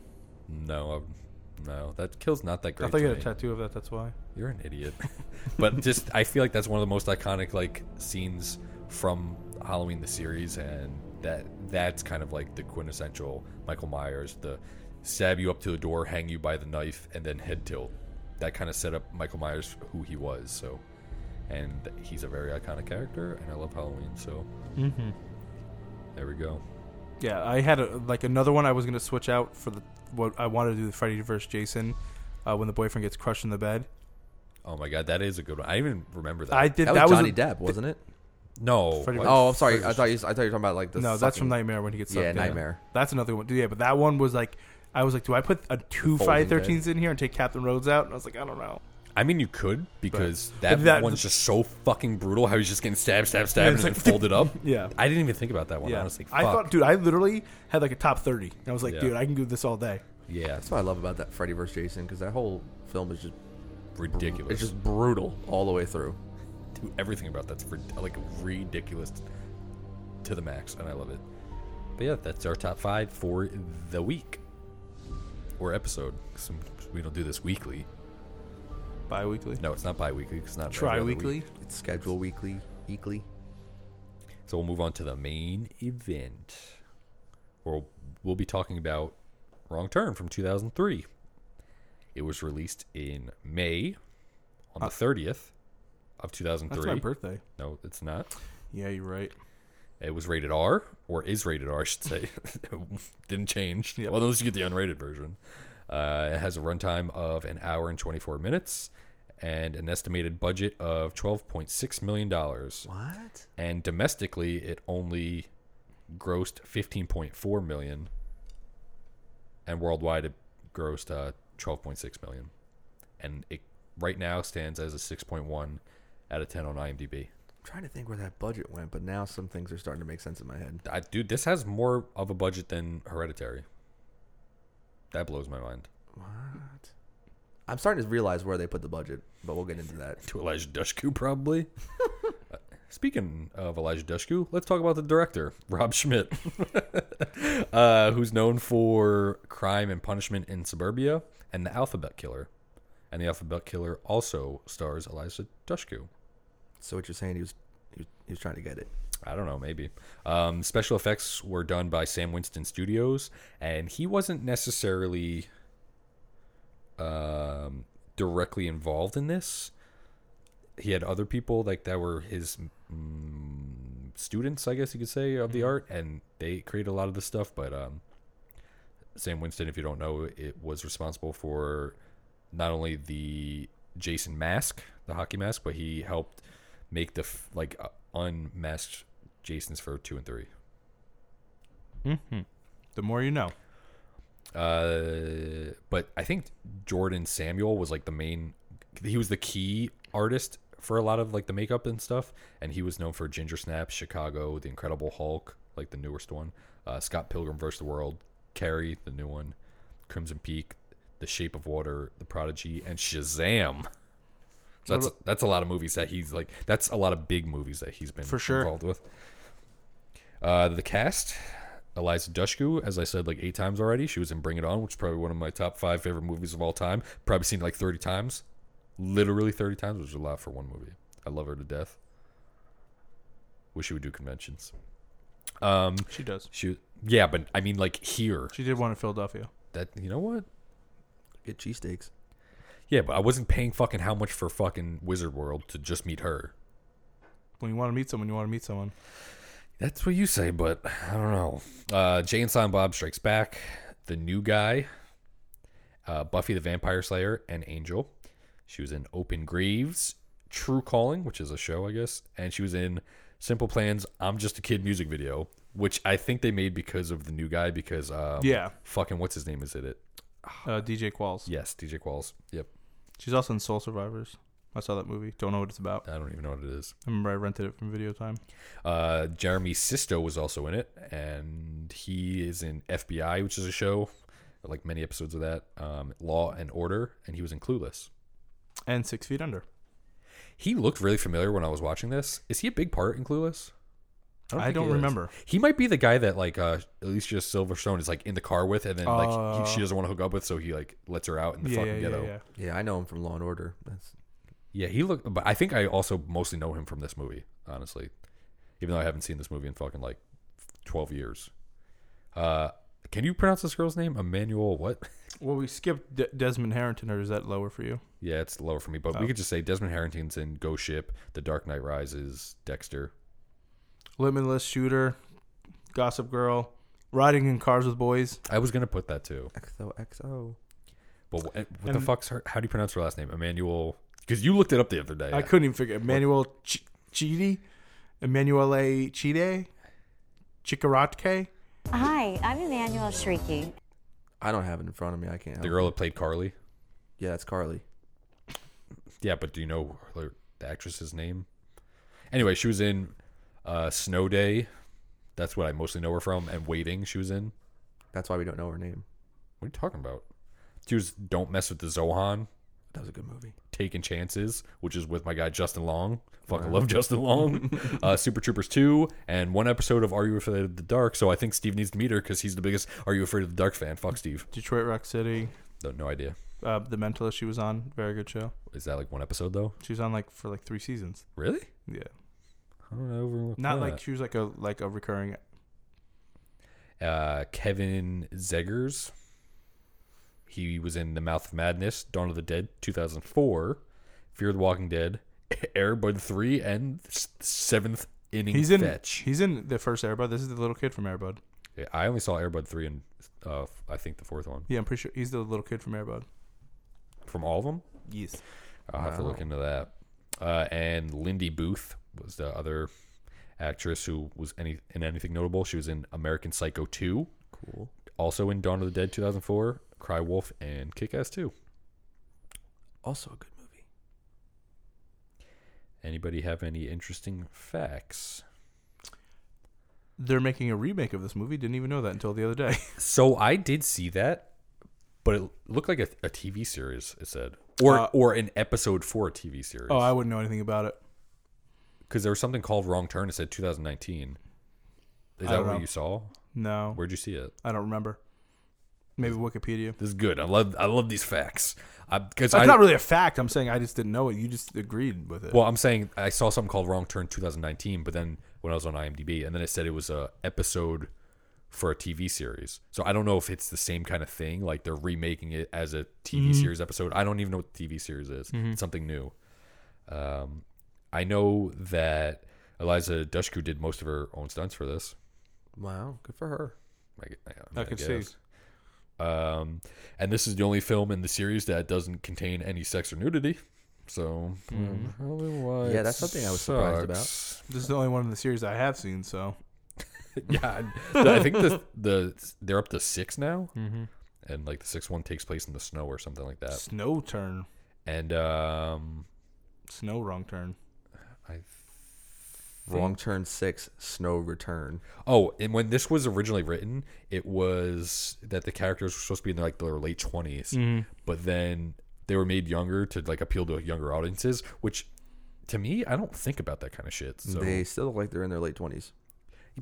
No, um, no, that kill's not that great.
I thought you
to
had a
me.
tattoo of that. That's why.
You're an idiot. but just I feel like that's one of the most iconic like scenes from Halloween the series and that that's kind of like the quintessential Michael Myers, the stab you up to the door, hang you by the knife, and then head tilt. That kind of set up Michael Myers who he was, so and he's a very iconic character, and I love Halloween. So there we go.
Yeah, I had a, like another one I was gonna switch out for the what I wanted to do the Freddy vs. Jason uh, when the boyfriend gets crushed in the bed.
Oh my god, that is a good one. I even remember that.
I did
That
that,
was Johnny
was
Depp, wasn't it?
no.
Freddy
what?
Mercury.
Oh, I'm sorry. I thought you. I thought you were talking about like the.
no, that's from
sucking-
Nightmare when he gets
Yeah,
sucked in.
Nightmare.
That's another one. Yeah, but that one was like I was like, do I put a two
folding
Friday
bed.
Thirteens in here and take Captain Rhodes out? And I was like, I don't know.
I mean, you could because that,
But that-
one's just so fucking brutal. How he's just getting stabbed, stabbed, stabbed,
it's
and then
like-
folded up.
Yeah.
I didn't even think about that one.
Yeah,
Honestly,
I
Fuck.
thought, dude, I literally had like a top thirty. And I was like,
Yeah.
dude, I can do this all day.
yeah,
That's
it's
what I love about that Freddy vs. Jason because that whole film is just
ridiculous.
it's just brutal all the way through.
Dude, everything about that's rid- like ridiculous to the max, and I love it. But yeah, that's our top five for the week or episode. 'cause some- we don't do this weekly.
Bi-weekly.
No, it's not bi-weekly. 'cause It's not every other
Tri-weekly.
week.
It's scheduled weekly, weekly.
So we'll move on to the main event. Where we'll be talking about Wrong Turn from 2003. It was released in May on the 30th of 2003.
Uh, That's my birthday.
no, it's not.
Yeah, you're right.
It was rated R, or is rated R, I should say. Didn't change. Well, unless you get the unrated version. Uh, it has a runtime of an hour and 24 minutes and an estimated budget of $12.6 million.
What?
And domestically, it only grossed 15.4 million. And worldwide, it grossed uh, 12.6 million. And it right now stands as a 6.1 out of 10 on IMDb.
I'm trying to think where that budget went, but now some things are starting to make sense in my head.
I, dude, this has more of a budget than Hereditary. That blows my mind.
I'm starting to realize where they put the budget, but we'll get into that.
To Elijah Dushku, probably. Uh, Speaking of Elijah Dushku, let's talk about the director, Rob Schmidt, uh, who's known for Crime and Punishment in Suburbia and The Alphabet Killer. And The Alphabet Killer also stars Elijah Dushku.
So what you're saying, he was he was, he was trying to get it.
I don't know, maybe. Um, special effects were done by Sam Winston Studios, and he wasn't necessarily um, directly involved in this. He had other people like that were his mm, students, I guess you could say, of the art, and they created a lot of the stuff. But um, Sam Winston, if you don't know, it was responsible for not only the Jason mask, the hockey mask, but he helped make the f- like uh, unmasked Jasons for two and three.
The more you know.
Uh, but I think Jordan Samuel was like the main. He was the key artist for a lot of like the makeup and stuff, and he was known for Ginger Snap, Chicago, The Incredible Hulk, like the newest one, uh, Scott Pilgrim vs. the World, Carrie, the new one, Crimson Peak, The Shape of Water, The Prodigy, and Shazam. So that's that's a lot of movies that he's like. That's a lot of big movies that he's been
For sure.
involved with. Uh, the cast: Eliza Dushku, as I said like eight times already. She was in Bring It On, which is probably one of my top five favorite movies of all time. Probably seen it like thirty times, literally thirty times, which is a lot for one movie. I love her to death. Wish she would do conventions. Um,
She does.
she yeah, but I mean like here
She did one in Philadelphia.
that you know what?
Get cheesesteaks.
Yeah, but I wasn't paying fucking how much for fucking Wizard World to just meet her.
When you want to meet someone, you want to meet someone.
That's what you say, but I don't know. Uh, Jay and Silent Bob Strikes Back, The New Guy, uh, Buffy the Vampire Slayer, and Angel. She was in Open Graves, True Calling, which is a show, I guess, and she was in Simple Plans, I'm Just a Kid music video, which I think they made because of The New Guy, because um,
Yeah.
fucking what's his name is in it?
Uh, DJ Qualls.
Yes, DJ Qualls. Yep,
She's also in Soul Survivors. I saw that movie. Don't know what it's about.
I don't even know what it is.
I remember I rented it from Video Time.
Uh, Jeremy Sisto was also in it, and he is in FBI, which is a show, like many episodes of that, um, Law and Order, and he was in Clueless.
And Six Feet Under.
He looked really familiar when I was watching this. Is he a big part in Clueless?
I
think
don't
he is.
remember.
He might be the guy that like uh, Alicia Silverstone is like in the car with, and then like
Uh.
he, she doesn't want to hook up with, so he like lets her out in the
Yeah, yeah,
fucking
yeah,
ghetto.
yeah.
Yeah, I know him from Law and Order. That's
Yeah, he looked. But I think I also mostly know him from this movie, honestly. Even though I haven't seen this movie in fucking like twelve years. Uh, Can you pronounce this girl's name? Emmanuel what?
Well, we skipped De- Desmond Harrington, or is that lower for you?
yeah, it's lower for me, but we could just say Desmond Harrington's in Ghost Ship, The Dark Knight Rises, Dexter.
Limitless Shooter, Gossip Girl, Riding in Cars with Boys.
I was gonna put that too,
XO XO.
but eh, what, what the fuck's her? How do you pronounce her last name? Emmanuel? Because you looked it up the other day.
I couldn't even figure. Emmanuel Ch- Chidi, Emmanuele Chide, Chikaratke.
Hi, I'm Emmanuel Shrieky.
I don't have it in front of me. I can't.
The
Help.
girl that played Carly.
Yeah, that's Carly.
Yeah, but do you know her, the actress's name? Anyway, she was in uh, Snow Day. That's what I mostly know her from. And Waiting, she was in.
That's why we don't know her name.
What are you talking about? She was Don't Mess with the Zohan,
That was a good movie.
Taking Chances, which is with my guy Justin Long. Fucking love Justin Long. uh, Super Troopers 2, and one episode of Are You Afraid of the Dark. So I think Steve needs to meet her because he's the biggest Are You Afraid of the Dark fan. Fuck Steve.
Detroit Rock City,
No, no idea.
uh, The Mentalist. She was on very good show.
Is that like one episode though?
She was on like for like three seasons.
Really?
Yeah,
I don't know. overlook
not
that.
like she was like a like a recurring.
uh, Kevin Zegers. He was in The Mouth of Madness, Dawn of the Dead, 2004, Fear of the Walking Dead, Airbud 3, and s- Seventh Inning
He's in.
Fetch.
He's in the first Airbud. This is the little kid from Airbud.
Yeah, I only saw Airbud 3 and uh, f- I think the fourth one.
Yeah, I'm pretty sure he's the little kid from Airbud.
From all of them?
Yes.
I'll have to look into that. Uh, and Lindy Booth was the other actress who was any in anything notable. She was in American Psycho 2. Cool. Also in Dawn of the Dead 2004, Cry Wolf, and Kick Ass 2.
Also a good movie.
Anybody have any interesting facts?
They're making a remake of this movie. Didn't even know that until the other day.
So I did see that, but it looked like a, a TV series. It said, or
Uh,
or an episode for a TV series.
oh, I wouldn't know anything about it.
because there was something called Wrong Turn. It said 2019. Is
I
that
don't
what
know.
you saw?
No,
Where'd you see it?
I don't remember. Maybe Wikipedia.
This is good. I love I love these facts. Because I,
That's not really a fact. I'm saying I just didn't know it. You just agreed with it.
well, I'm saying I saw something called Wrong Turn 2019, but then when I was on IMDb, and then it said it was a episode for a TV series. So I don't know if it's the same kind of thing. Like they're remaking it as a TV
Mm-hmm.
series episode. I don't even know what the TV series is. It's something new. Um, I know that Eliza Dushku did most of her own stunts for this.
Wow, good for her.
I, gu- I,
I
I
can
guess.
see.
Um, and this is the only film in the series that doesn't contain any sex or nudity. So, otherwise,
Hmm. Yeah, that's something I was surprised about.
sucks.
This is the only one in the series I have seen, so
yeah, I I think the the they're up to six now, mm-hmm. and like the sixth one takes place in the snow or something like that.
snow turn,
And um,
snow wrong turn.
I
Wrong Turn Six, Snow Return.
oh, and when this was originally written, it was that the characters were supposed to be in their, like their late 20s but then they were made younger to like appeal to younger audiences, which. To me, I don't think about that kind of shit. So
They still look like they're in their late twenties.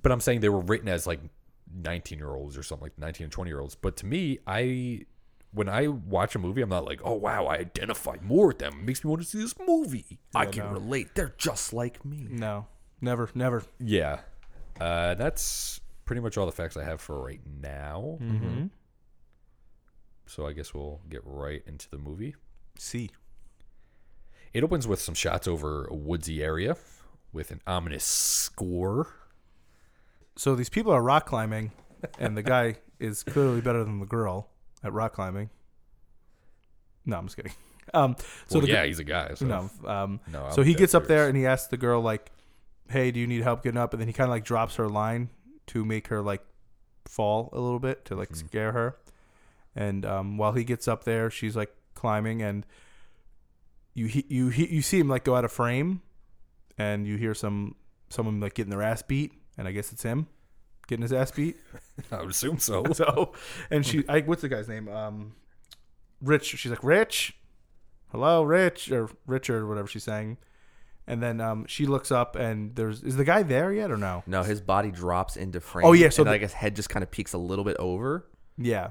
but I'm saying they were written as like 19 year olds or something like 19 and 20 year olds. But to me, I when I watch a movie, I'm not like, oh wow, I identify more with them. It makes me want to see this movie.
I can relate. They're just like me.
No, never, never.
Yeah, uh, that's pretty much all the facts I have for right now. Mm-hmm. So I guess we'll get right into the movie.
See,
It opens with some shots over a woodsy area with an ominous score.
so these people are rock climbing, and the guy is clearly better than the girl at rock climbing. No, I'm just kidding. Um, so
well,
the,
yeah, he's a guy. So.
no, um,
No,
so
I'm
he
dead
gets up there
serious.
and he asks the girl like, "Hey, do you need help getting up?" And then he kind of like drops her line to make her like fall a little bit to like
Mm-hmm.
scare her. And um, while he gets up there, she's like climbing, and you he- you he- you see him like go out of frame, and you hear some someone like getting their ass beat, and I guess it's him getting his ass beat.
I would assume so.
So, and she, I, what's the guy's name? Um, Rich. She's like Rich, hello, Rich or Richard, whatever she's saying. And then um, she looks up, and there's is the guy there yet or no?
No, his body drops into frame.
Oh, yeah, so
and,
the-
like his head just kind of peeks a little bit over,
Yeah,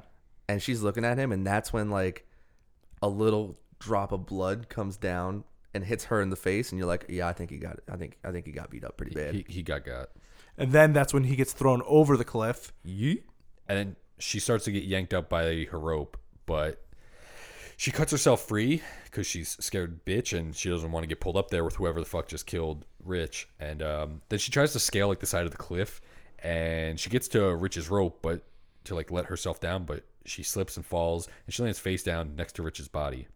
and she's looking at him, and that's when like a little drop of blood comes down and hits her in the face, and you're like, yeah, I think he got, I think, I think he got beat up pretty bad.
He, he got got.
and then that's when he gets thrown over the cliff.
Yeet. And then she starts to get yanked up by her rope, but she cuts herself free because she's a scared bitch and she doesn't want to get pulled up there with whoever the fuck just killed Rich. And um, then she tries to scale like the side of the cliff, and she gets to Rich's rope, but to like let herself down, but she slips and falls, and she lands face down next to Rich's body.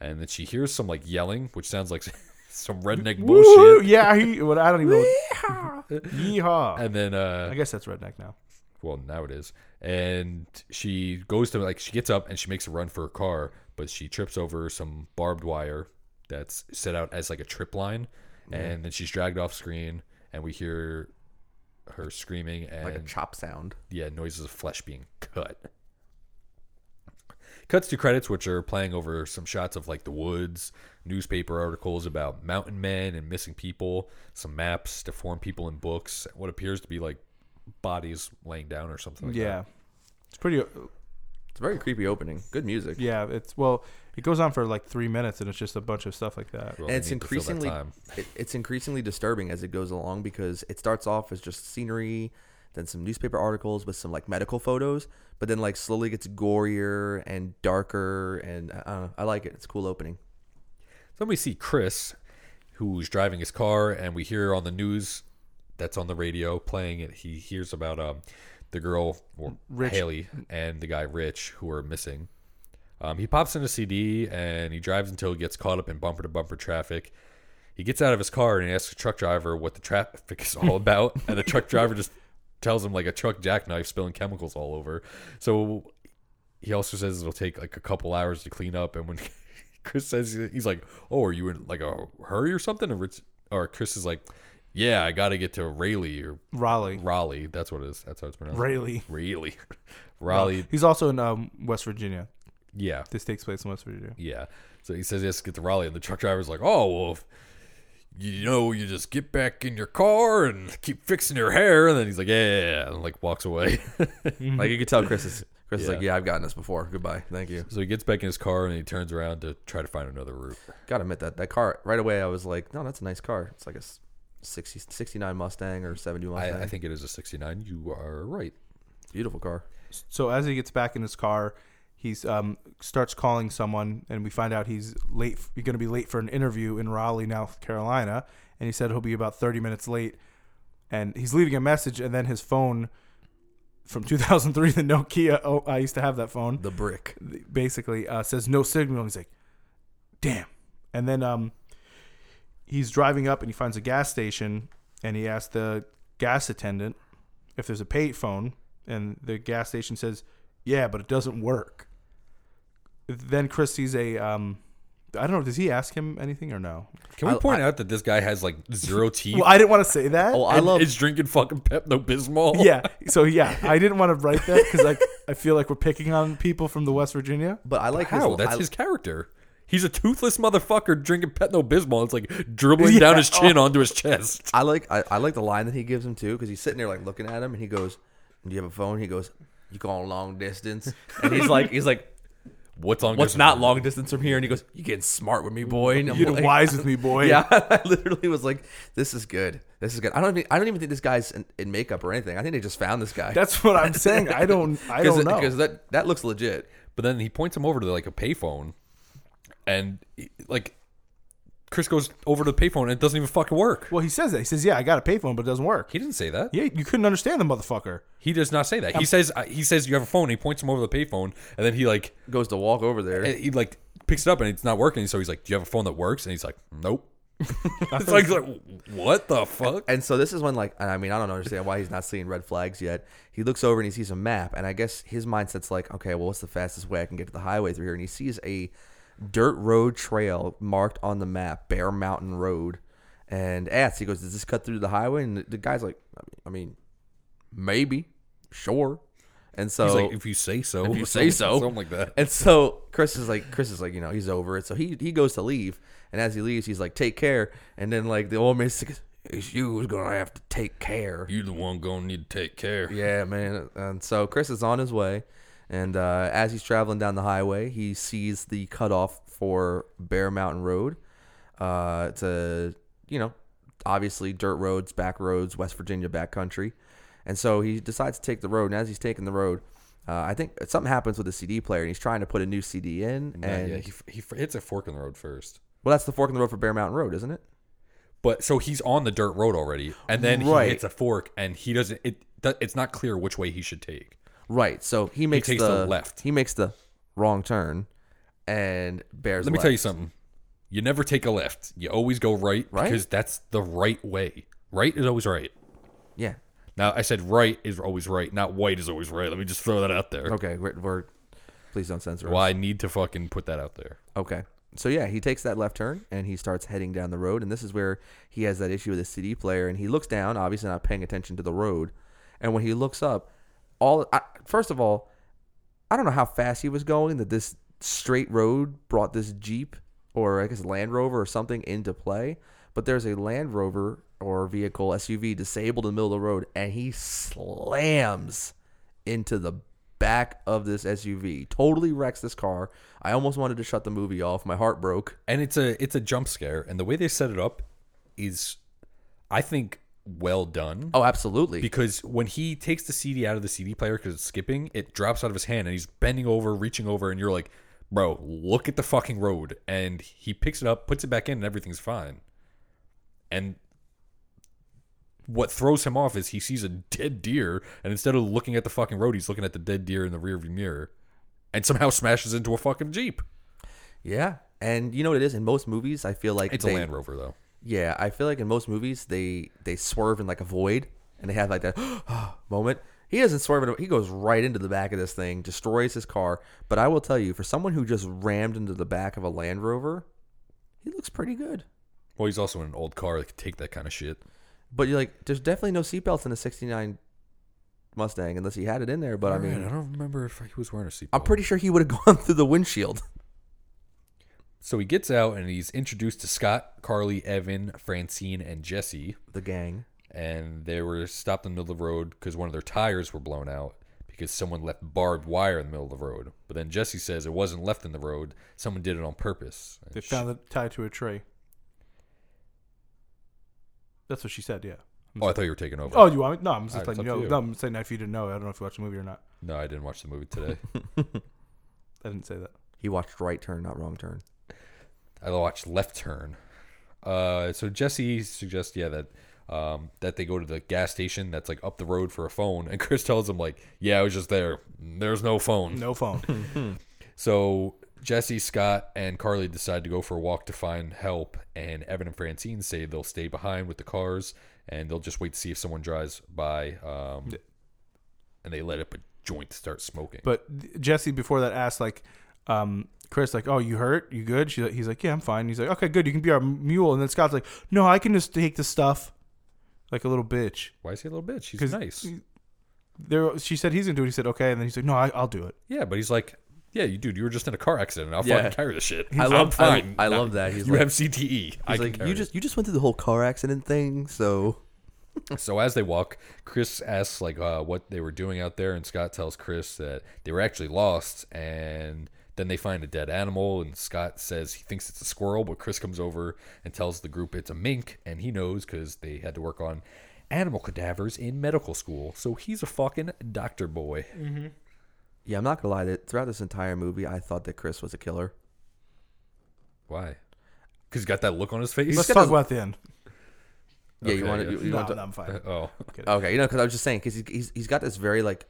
And then she hears some like yelling, which sounds like some redneck
Woo!
bullshit.
Oh, Yeah, he, well, I don't even know. what- Yeehaw!
And then uh,
I guess that's redneck now.
well now it is and she goes to like she gets up and she makes a run for her car but she trips over some barbed wire that's set out as like a trip line and then she's dragged off screen and we hear her screaming and
like a chop sound.
yeah noises of flesh being cut cuts to credits which are playing over some shots of like the woods newspaper articles about mountain men and missing people some maps deformed people in books what appears to be like bodies laying down or something like that.
Yeah, it's pretty.
It's a very creepy opening. Good music.
Yeah, it's well, it goes on for like three minutes, and it's just a bunch of stuff like that.
Well,
and
they
it's
need to fill that
increasingly
time.
it, it's increasingly disturbing as it goes along because it starts off as just scenery then some newspaper articles with some like medical photos but then like slowly gets gorier and darker and i, I don't know i like it it's a cool opening
Then we see Chris, who's driving his car, and we hear on the news that's on the radio playing it. He hears about um, the girl, or Haley, and the guy Rich, who are missing. Um, he pops in a CD and he drives until he gets caught up in bumper to bumper traffic. He gets out of his car and he asks the truck driver what the traffic is all about, and the truck driver just tells him like a truck jackknife spilling chemicals all over. So he also says it'll take like a couple hours to clean up, and when Chris says he's like, "Oh, are you in like a hurry or something?" And Rich, or Chris is like, "Yeah, I got to get to Raleigh or
Raleigh,
Raleigh. That's what it is. That's how it's pronounced.
Raleigh.
Raleigh, Raleigh.
He's also in um, West Virginia.
Yeah,
This takes place in West Virginia.
yeah. So he says he has to get to Raleigh, and the truck driver's like, "Oh, well, if, you know, you just get back in your car and keep fixing your hair." And then he's like, "Yeah," and like walks away.
like you could tell chris is chris is like
Mm-hmm. Yeah.
yeah i've gotten this before goodbye thank you
so he gets back in his car and he turns around to try to find another route.
gotta admit that that car right away i was like no that's a nice car it's like a s- 60, 69 mustang or 70 mustang
I, I think it is a sixty-nine. You are right.
beautiful car
So as he gets back in his car, he's um, starts calling someone, and we find out he's late. He's going to be late for an interview in Raleigh, North Carolina, and he said he'll be about thirty minutes late. And he's leaving a message, and then his phone from 2003, the Nokia. Oh, I used to have that phone.
the brick
basically uh, says no signal. He's like, "Damn!" And then um, he's driving up and he finds a gas station and he asks the gas attendant if there's a pay phone, and the gas station says, "Yeah, but it doesn't work." Then Chris sees a. Um, I don't know. Does he ask him anything or no?
Can we point out that this guy has like zero teeth?
Well, I didn't want to say that.
oh i
and
love
is drinking fucking Pepto Bismol.
yeah. So yeah, I didn't want to write that because like I feel like we're picking on people from the West Virginia.
but i like
how?
his,
That's
I-
his character. He's a toothless motherfucker drinking Pepto Bismol. It's like dribbling down his chin
Oh.
onto his chest.
I like I, I like the line that he gives him too because he's sitting there like looking at him and he goes, "Do you have a phone?" He goes, "You going long distance?" And he's like, he's like,
What's on?
"What's not long distance from here?" And he goes, "You getting smart with me, boy?" And I'm
You're
like-
wise with me, boy.
Yeah, I literally was like, "This is good. This is good." I don't even I don't even think this guy's in, in makeup or anything. I think they just found this guy.
That's what I'm saying. I don't. I
Because
don't
it-
know.
because that that looks legit.
But then he points him over to like a payphone, and like Chris goes over to the payphone and it doesn't even fucking work.
Well, he says that. He says, "Yeah, I got a payphone, but it doesn't work."
He didn't say that.
Yeah, you couldn't understand the motherfucker.
He does not say that.
Um,
He says uh, he says you have a phone. And he points him over to the payphone, and then he like
Goes to walk over there.
and he like picks it up and it's not working. So he's like, "Do you have a phone that works?" And he's like, "Nope." it's like, like, what the fuck?
And so this is when, like, I mean, I don't understand why he's not seeing red flags yet. He looks over and he sees a map, and I guess his mindset's like, okay, well, what's the fastest way I can get to the highway through here? And he sees a dirt road trail marked on the map, Bear Mountain Road, and asks, he goes, does this cut through the highway? And the, the guy's like, I mean, maybe, sure. And so
He's like, if you say so,
if you
or
say
something-
so,
something like that.
And so Chris is like, Chris is like, you know, he's over it. So he he goes to leave, and as he leaves, he's like, take care. And then like the old man says, it's you who's gonna have to take care.
you the one gonna need to take care.
Yeah, man. And so Chris is on his way, and uh, as he's traveling down the highway, he sees the cutoff for Bear Mountain Road. Uh, it's a you know obviously dirt roads, back roads, West Virginia backcountry, and so he decides to take the road. And as he's taking the road, Uh, I think something happens with the CD player, and he's trying to put a new CD in.
Nah,
and
yeah, he, f- he f- hits a fork in the road first.
well, that's the fork in the road for Bear Mountain Road, isn't it?
But so he's on the dirt road already, and then
Right.
he hits a fork, and he doesn't. It th- it's not clear which way he should take.
Right. So he makes
takes
the,
the left.
He makes the wrong turn, and Bear's.
Let me tell you
left.
something. You never take a left. You always go right,
Right?
because that's the right way. Right is always right.
Yeah.
Now I said right is always right, not white is always right. Let me just throw that out there.
Okay. We're, we're- please don't censor. us.
Well, I need to fucking put that out there.
Okay. So yeah, he takes that left turn and he starts heading down the road, and this is where he has that issue with the CD player, and he looks down, obviously not paying attention to the road, and when he looks up, all I, first of all, I don't know how fast he was going that this straight road brought this Jeep or I guess Land Rover or something into play, but there's a Land Rover or vehicle SUV disabled in the middle of the road, and he slams into the back of this SUV, totally wrecks this car. I almost wanted to shut the movie off. My heart broke.
and it's a it's a jump scare and the way they set it up is i think well done
Oh, absolutely.
because when he takes the cd out of the cd player because it's skipping it drops out of his hand and he's bending over reaching over and you're like bro look at the fucking road and he picks it up puts it back in and everything's fine and what throws him off is he sees a dead deer and instead of looking at the fucking road he's looking at the dead deer in the rearview mirror and somehow smashes into a fucking jeep
yeah. And you know what it is? In most movies, I feel like
it's
they-
a land rover though
Yeah, I feel like in most movies they they swerve in like a void and they have like that moment. He doesn't swerve; in a- he goes right into the back of this thing, destroys his car. But I will tell you, for someone who just rammed into the back of a Land Rover, he looks pretty good.
Well, he's also in an old car that could take that kind of shit.
But you're like, there's definitely no seatbelts in a '69 Mustang unless he had it in there. But I mean,
don't remember if he was wearing a seatbelt.
I'm pretty sure he would have gone through the windshield.
So he gets out and he's introduced to Scott, Carly, Evan, Francine, and Jesse,
The gang.
and they were stopped in the middle of the road because one of their tires were blown out because someone left barbed wire in the middle of the road. But then Jesse says it wasn't left in the road; someone did it on purpose. And
They
she-
found it tied to a tree. That's what she said. Yeah.
oh, I thought you were taking over.
Oh, you want me? No, I'm just
Alright,
letting
it's
you
up
know.
to you.
No, I'm saying if you didn't know, I don't know if you watched the movie or not.
No, I didn't watch the movie today.
I didn't say that.
He watched right turn, not wrong turn.
I watched Left Turn. Uh, so Jesse suggests, yeah, that um, that they go to the gas station that's like up the road for a phone, and Chris tells him like, yeah, I was just there. There's no phone.
No phone.
So Jesse, Scott, and Carly decide to go for a walk to find help, and Evan and Francine say they'll stay behind with the cars and they'll just wait to see if someone drives by. Um, and they let up a joint start smoking.
But Jesse before that asked like, um, Chris like, oh, you hurt? You good? She's like, he's like, yeah, I'm fine. He's like, okay, good. You can be our mule. And then Scott's like, no, I can just take the stuff, like a little bitch.
Why is he a little bitch? He's
'Cause-
nice.
There, she said he's gonna do it. He said okay, and then he's like, no, I, I'll do it.
Yeah, but he's like, yeah, you dude, you were just in a car accident. I'll
Yeah.
fucking carry this shit.
I love-
I'm fine.
I- I love that. He's
you
like-
have CTE. I
He's
can
like,
carry
you just you just went through the whole car accident thing, so
this." So as they walk, Chris asks like uh, what they were doing out there, and Scott tells Chris that they were actually lost, and then they find a dead animal, and Scott says he thinks it's a squirrel, but Chris comes over and tells the group it's a mink, and he knows because they had to work on animal cadavers in medical school, so he's a fucking doctor boy.
Yeah, I'm not gonna lie. That throughout this entire movie, I thought that Chris was a killer.
Why? Because he's got that look on his face.
Let's talk about the end.
Yeah, you
Okay,
want
yeah.
to? You, you
No,
want to?
no, I'm fine.
oh.
Okay, you know, because I was just saying, because he's, he's he's got this very like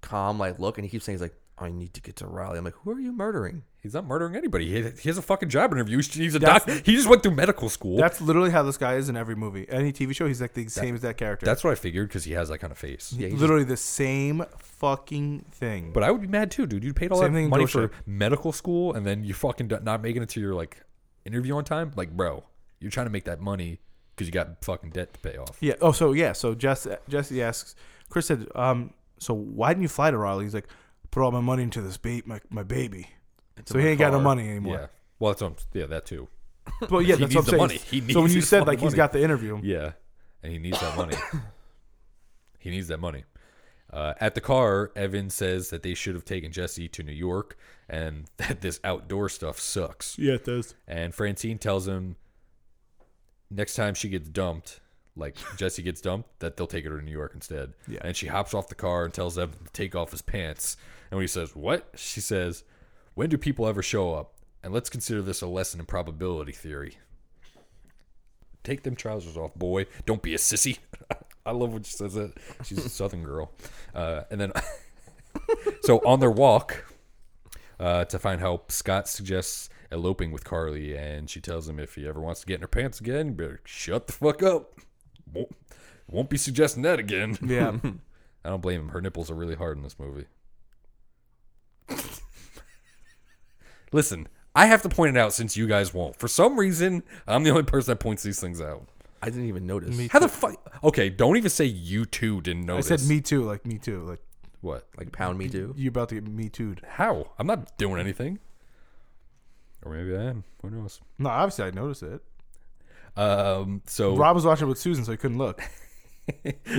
calm like look, and he keeps saying he's like, I need to get to Riley. I'm like, who are you murdering?
He's not murdering anybody. He, he has a fucking job interview. He's- He's a
That's-
doc. He just went through medical school. That's,
That's literally how this guy is in every movie, any TV show. He's like the same as that character.
what I figured because he has that kind of face.
Yeah, he's
literally the same fucking thing.
But I would be mad too, dude. You paid all
Same
that
thing in
money
Ghost
for
Ship.
medical school and then you fucking do- not making it to your like interview on time. Like, bro, you're trying to make that money because you got fucking debt to pay off.
Yeah. Oh, so yeah. So Jess, Jesse asks, Chris said, um, so why didn't you fly to Raleigh? He's like, put all my money into this bait, my, my baby. so he ain't got no
Car.
money
Yeah.
anymore.
Well, that's what I'm, yeah, that too.
Well, yeah,
He needs
that's what I'm
the
saying.
money. He
so when
needs
you
his
said
fucking
like he's
money.
got the interview,
Yeah, and he needs that money. he needs that money. Uh, at the car, Evan says that they should have taken Jesse to New York and that this outdoor stuff sucks.
yeah, it does.
And Francine tells him next time she gets dumped, like Jesse gets dumped, that they'll take her to New York instead.
Yeah.
And she hops off the car and tells them to take off his pants. And when he says, What? She says, When do people ever show up? And let's consider this a lesson in probability theory. Take them trousers off, boy. Don't be a sissy. I love when she says that. She's a southern girl. Uh, and then, so on their walk, uh, to find help. Scott suggests eloping with Carly, and she tells him if he ever wants to get in her pants again, better shut the fuck up. Won't, won't be suggesting that again.
Yeah.
I don't blame him. Her nipples are really hard in this movie. Listen, I have to point it out since you guys won't. For some reason, I'm the only person that points these things out.
I didn't even notice.
How the fuck? Okay, don't even say you two didn't
I
notice.
said me too, like me too. Like
What? Like
Like pound me too.
you about to get me too'd.
how? I'm not doing anything. Or maybe I am. Who knows?
No, obviously I noticed it.
Um, so
Rob was watching with Susan, so he couldn't look.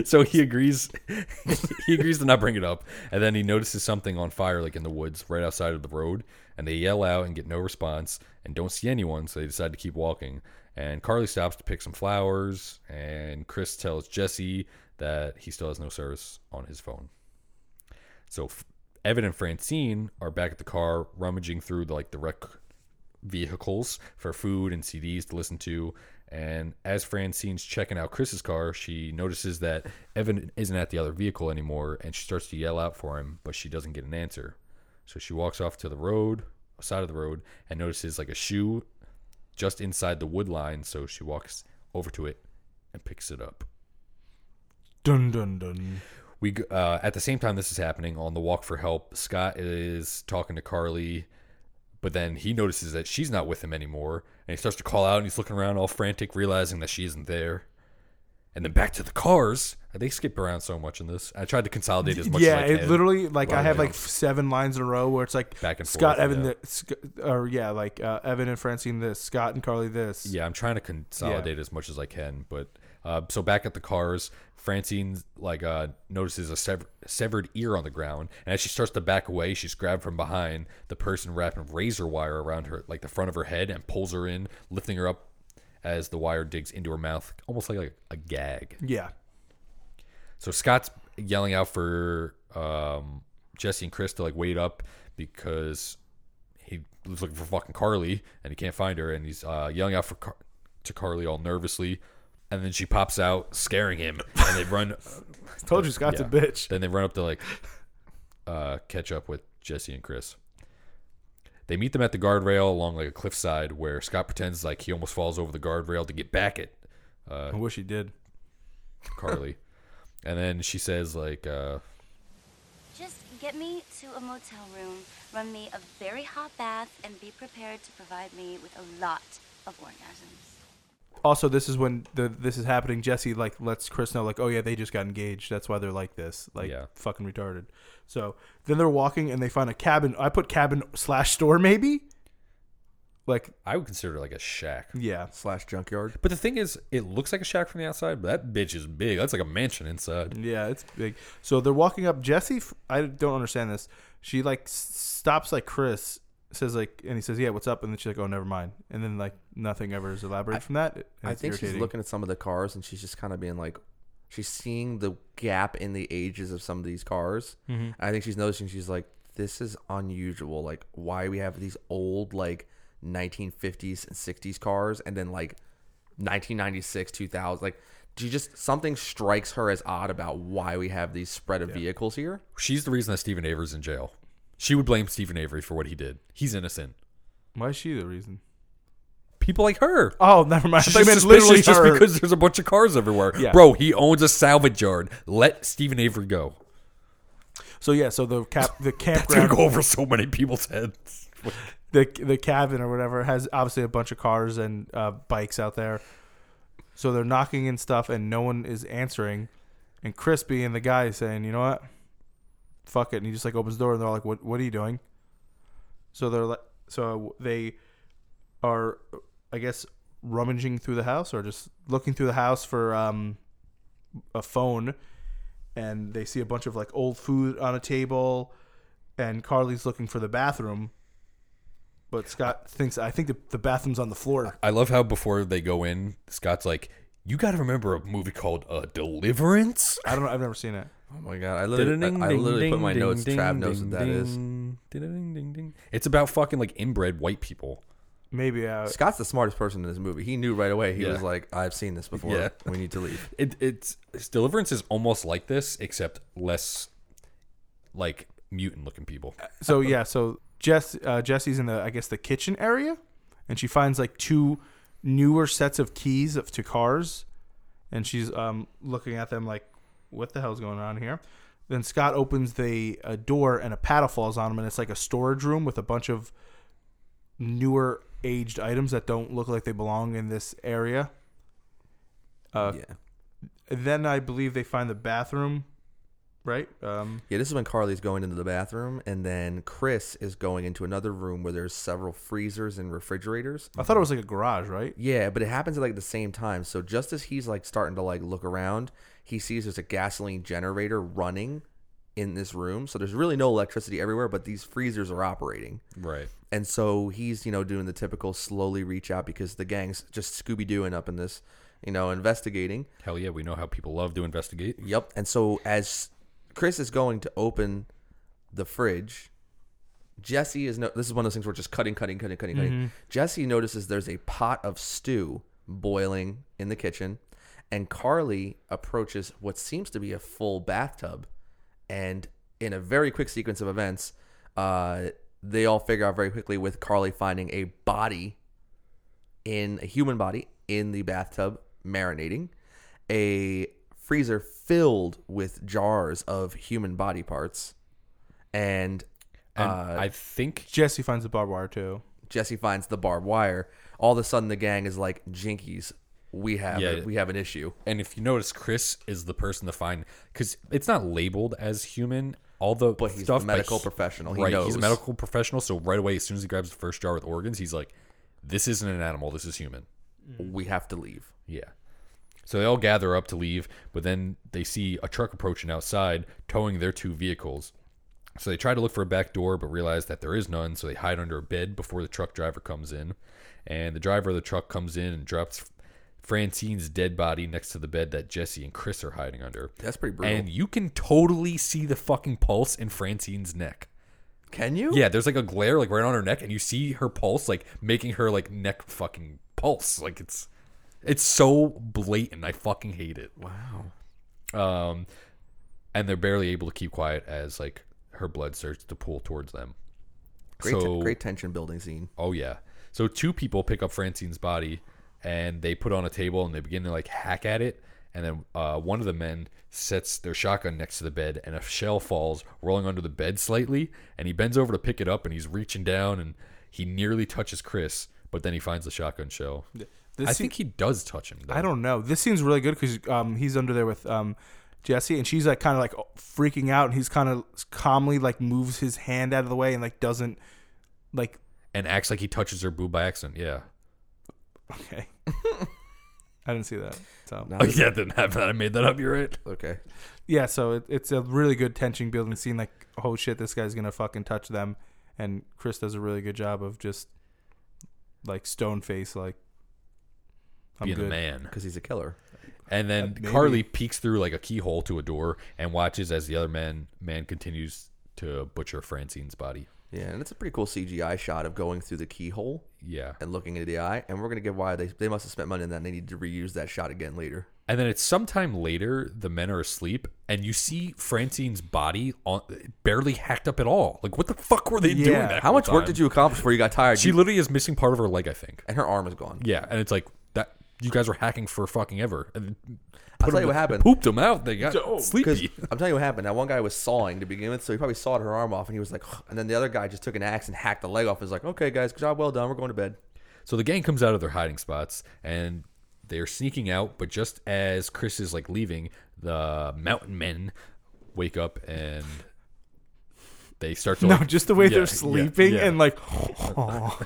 so he agrees. he agrees to not bring it up, and then he notices something on fire, like in the woods, right outside of the road. And they yell out and get no response, and don't see anyone. So they decide to keep walking. And Carly stops to pick some flowers, and Chris tells Jesse that he still has no service on his phone. So F- Evan and Francine are back at the car, rummaging through the, like the wreck vehicles for food and CDs to listen to. And as Francine's checking out Chris's car, she notices that Evan isn't at the other vehicle anymore and she starts to yell out for him, but she doesn't get an answer. So she walks off to the road, side of the road, and notices like a shoe just inside the wood line. So she walks over to it and picks it up.
Dun dun dun.
We g- uh, at the same time this is happening on the walk for help. Scott is talking to Carly, but then he notices that she's not with him anymore, and he starts to call out. and He's looking around all frantic, realizing that she isn't there. And then back to the cars. They skip around so much in this. I tried to consolidate as much.
yeah,
as I
it
can.
literally like
Well,
I have
yeah.
like seven lines in a row where it's like
Back and
Scott
forth,
Evan
yeah.
the Sc- or yeah like uh, Evan and Francine this Scott and Carly this
Yeah, I'm trying to consolidate as much as I can, but uh, so back at the cars, Francine like uh, notices a sever- severed ear on the ground, and as she starts to back away, she's grabbed from behind. The person wrapping razor wire around her, like the front of her head, and pulls her in, lifting her up as the wire digs into her mouth, almost like a, a gag.
yeah
So Scott's yelling out for um, Jesse and Chris to like wait up because he was looking for fucking Carly and he can't find her, and he's uh, yelling out for Car- to Carly all nervously, and then she pops out, scaring him, and they run.
told you Scott's
Yeah.
a bitch
Then they run up to like uh, catch up with Jesse and Chris. They meet them at the guardrail along like a cliffside where Scott pretends like he almost falls over the guardrail to get back at Uh,
I wish he did
Carly, and then she says like. Uh,
Just get me to a motel room, run me a very hot bath, and be prepared to provide me with a lot of orgasms.
also this is when the this is happening Jesse like lets Chris know like oh yeah they just got engaged that's why they're like this like
Yeah.
fucking retarded so then they're walking and they find a cabin I put cabin slash store maybe like
I would consider it like a shack.
yeah
Slash junkyard.
But the thing is, it looks like a shack from the outside, but that bitch is big. That's like a mansion inside.
Yeah, it's big. So they're walking up. Jesse, f- I don't understand this. She like s- stops like Chris says like, and he says, "Yeah, what's up?" And then she's like, "Oh, never mind." And then like nothing ever is elaborated from that. and
I
it's
think she's
irritating.
looking at some of the cars and she's just kind of being like, she's seeing the gap in the ages of some of these cars.
Mm-hmm.
I think she's noticing she's like, this is unusual. Like, why we have these old like 1950s and 60s cars, and then like 1996, 2000. Like, she just something strikes her as odd about why we have these spread of vehicles here.
She's the reason that Stephen Avery's in jail. She would blame Stephen Avery for what he did. He's innocent.
Why is she the reason?
People like her.
Oh, never mind.
She's
They meant
suspicious
literally
just
her.
because there's a bunch of cars everywhere.
Yeah.
Bro, he owns a salvage yard. Let Stephen Avery go.
So yeah, so the cap, the
It's gonna
campground,
go over so many people's heads.
the the cabin or whatever has obviously a bunch of cars and uh, bikes out there. So they're knocking and stuff, and no one is answering. And Crispy and the guy is saying, "You know what? Fuck it." And he just like opens the door, and they're like, "What? What are you doing?" So they're like, so they are, I guess, rummaging through the house or just looking through the house for um, a phone, and they see a bunch of like old food on a table, and Carly's looking for the bathroom. But Scott thinks I think the, the bathroom's on the floor.
I love how before they go in, Scott's like, You got to remember a movie called uh, Deliverance.
I don't know. I've never seen it.
Oh my god! I literally, I, I literally put my notes. Trav knows what that is.
It's about fucking like inbred white people.
Maybe uh, I.
Scott's the smartest person in this movie. He knew right away. He
Yeah.
was like, "I've seen this before.
Yeah.
We need to leave."
It, it's it's- Deliverance is almost like this, except less like mutant looking people.
So yeah. So Jess, uh, Jesse's in the I guess the kitchen area, and she finds like two newer sets of keys of, to cars, and she's um, looking at them like, "What the hell's going on here?" Then Scott opens the a door and a paddle falls on him, and it's like a storage room with a bunch of newer aged items that don't look like they belong in this area.
Uh,
yeah,
Then I believe they find the bathroom, right? Um,
yeah. This is when Carly's going into the bathroom, and then Chris is going into another room where there's several freezers and refrigerators.
I thought it was like a garage, right?
Yeah, but it happens at like the same time. So just as he's like starting to like look around, he sees there's a gasoline generator running in this room. So there's really no electricity everywhere, but these freezers are operating.
Right.
And so he's, you know, doing the typical slowly reach out because the gang's just Scooby Dooing up in this, you know, investigating.
Hell yeah, we know how people love to investigate.
Yep. And so as Chris is going to open the fridge, Jesse is no. This is one of those things where just cutting, cutting, cutting, cutting, cutting. Jesse notices there's a pot of stew boiling in the kitchen, and Carly approaches what seems to be a full bathtub, and in a very quick sequence of events, uh, they all figure out very quickly with Carly finding a body in a human body in the bathtub marinating, a freezer filled with jars of human body parts, and
And I think
Jesse finds the barbed wire too.
Jesse finds the barbed wire. All of a sudden, the gang is like, "Jinkies, we have
Yeah.
we have an issue."
and if you notice, Chris is the person to find because it's not labeled as human. All the but
he's
stuff,
the
but
medical professional. He
right, he's a
knows.
medical professional. So right away, as soon as he grabs the first jar with organs, he's like, "This isn't an animal. This is human."
We have to leave.
Yeah. So they all gather up to leave, but then they see a truck approaching outside, towing their two vehicles. So they try to look for a back door, but realize that there is none. So they hide under a bed before the truck driver comes in. And the driver of the truck comes in and drops Francine's dead body next to the bed that Jesse and Chris are hiding under.
That's pretty brutal.
And you can totally see the fucking pulse in Francine's neck.
Can you?
Yeah, there's like a glare like right on her neck, and you see her pulse like making her like neck fucking pulse. Like it's it's so blatant. I fucking hate it. Wow. Um, and they're barely able to keep quiet as like her blood starts to pool towards them.
Great, te-
So-
great tension building scene.
Oh yeah. So two people pick up Francine's body and they put it on a table and they begin to like hack at it. And then uh, one of the men sets their shotgun next to the bed and a shell falls, rolling under the bed slightly. And he bends over to pick it up and he's reaching down and he nearly touches Chris, but then he finds the shotgun shell.
This
I
scene-
think he does touch him. Though.
I don't know. This scene's really good because um, he's under there with um, Jesse, and she's like kind of like freaking out, and he's kind of calmly like moves his hand out of the way and like doesn't like
And acts like he touches her boob by accident. Yeah.
okay. I didn't see that. So
Now
Oh,
this-
yeah, then I I made that up. You're right.
Okay.
yeah, so it, it's a really good tension building scene. Like oh shit, this guy's gonna fucking touch them, and Chris does a really good job of just like stone face like I'm
Being
good.
a man.
Because he's a killer.
And
Uh,
then Carly peeks through like a keyhole to a door and watches as the other man man continues to butcher Francine's body.
Yeah, and it's a pretty cool CGI shot of going through the keyhole
Yeah.
and looking into the eye. And we're gonna get why they they must have spent money on that. and They need to reuse that shot again later.
And then it's sometime later the men are asleep and you see Francine's body on barely hacked up at all. Like what the fuck were they doing
Yeah.
that
How
whole
much work
time?
did you accomplish before you got tired?
She
You-
literally is missing part of her leg, I think.
and her arm is gone.
Yeah, and it's like that you guys were hacking for fucking ever. And
I'll
put
tell you
them-
what happened.
Pooped them out. They got
Because
sleepy.
I'm telling you what happened. That one guy was sawing to begin with, so he probably sawed her arm off, and he was like, and then the other guy just took an axe and hacked the leg off. and was like, okay, guys, good job, well done. We're going to bed.
So the gang comes out of their hiding spots and they're sneaking out, but just as Chris is like leaving, the mountain men wake up and they start to
No,
like,
just the way
Yeah, yeah,
they're sleeping
yeah.
and like,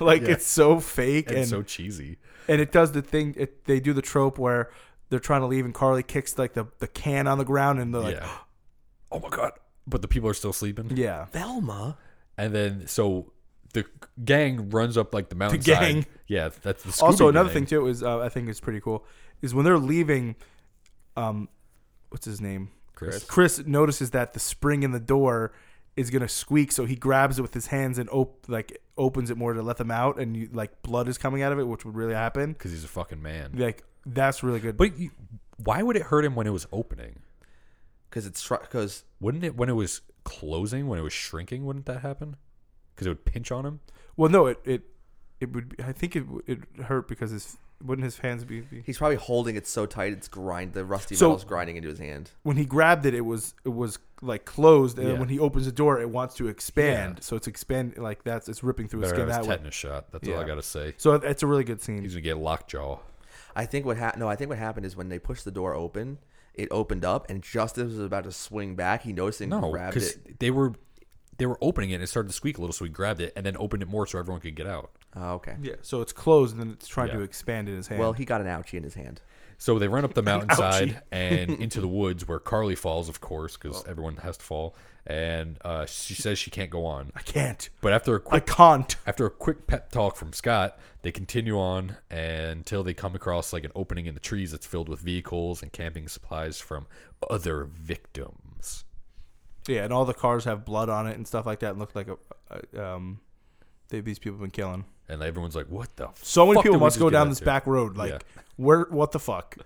like it's so fake
and
and
so cheesy.
and it does the thing it, they do the trope where they're trying to leave and carly kicks like the, the can on the ground and they're like
yeah. Oh my god. But the people are still sleeping.
yeah
Velma.
And then so the gang runs up like the mountainside.
gang.
Yeah, that's the Scooby
also another
gang.
thing too is uh, I think is pretty cool is when they're leaving, um, what's his name?
Chris.
Chris notices that the spring in the door is gonna squeak, so he grabs it with his hands and op- like opens it more to let them out, and you, like blood is coming out of it, which would really happen.
Because he's a fucking man.
Like that's really good.
But you, why would it hurt him when it was opening?
because it's because
Wouldn't it when it was closing? When it was shrinking? Wouldn't that happen? Because it would pinch on him.
well, no, it it it would. I think it would- it hurt because his wouldn't his hands be, be
he's probably holding it so tight it's grind the rusty
So-
metal's grinding into his hand.
when he grabbed it, it was it was like closed, and then
Yeah.
when he opens the door, it wants to expand.
Yeah.
So it's expand like that's it's ripping through his
Better
skin
have his
that way.
tetanus shot. That's all I
Yeah.
gotta say.
So it's a really good scene.
He's gonna get lockjaw.
I think what happened. No, I think what happened is when they pushed the door open, it opened up, and just as it was about to swing back, he noticed and
No,
grabbed
because
it.
they were they were opening it and it started to squeak a little, so he grabbed it and then opened it more so everyone could get out.
Oh, okay.
yeah. So it's closed, and then it's trying
Yeah.
to expand in his hand.
Well, he got an ouchie in his hand.
So they run up the mountainside and into the woods where Carly falls, of course, because everyone has to fall. And uh, she says she can't go on.
I can't.
But after a
I
quick
can't.
after a quick pep talk from Scott, they continue on until they come across like an opening in the trees that's filled with vehicles and camping supplies from other victims.
Yeah, and all the cars have blood on it and stuff like that, and look like a, a um, they, these people have been killing.
And everyone's like, "What the?
So many
fuck
people
did we
must
just
go
get
down this
into?"
back road. Like,
Yeah.
where? What the fuck?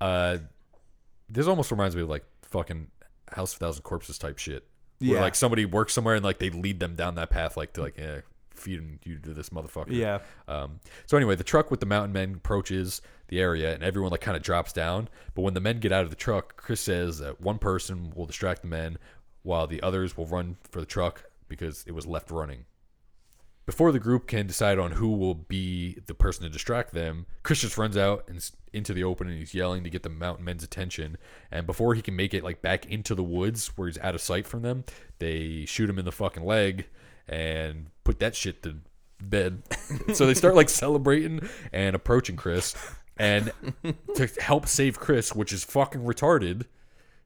Uh, this almost reminds me of like fucking House of Thousand Corpses type shit. Where
Yeah.
like somebody works somewhere and like they lead them down that path, like to like, eh, feeding you to this motherfucker.
Yeah.
Um, so anyway, the truck with the mountain men approaches the area, and everyone like kind of drops down. But when the men get out of the truck, Chris says that one person will distract the men, while the others will run for the truck because it was left running. Before the group can decide on who will be the person to distract them, Chris just runs out and s- into the open, and he's yelling to get the mountain men's attention. And before he can make it like back into the woods where he's out of sight from them, they shoot him in the fucking leg and put that shit to bed. so they start like celebrating and approaching Chris, and to help save Chris, which is fucking retarded.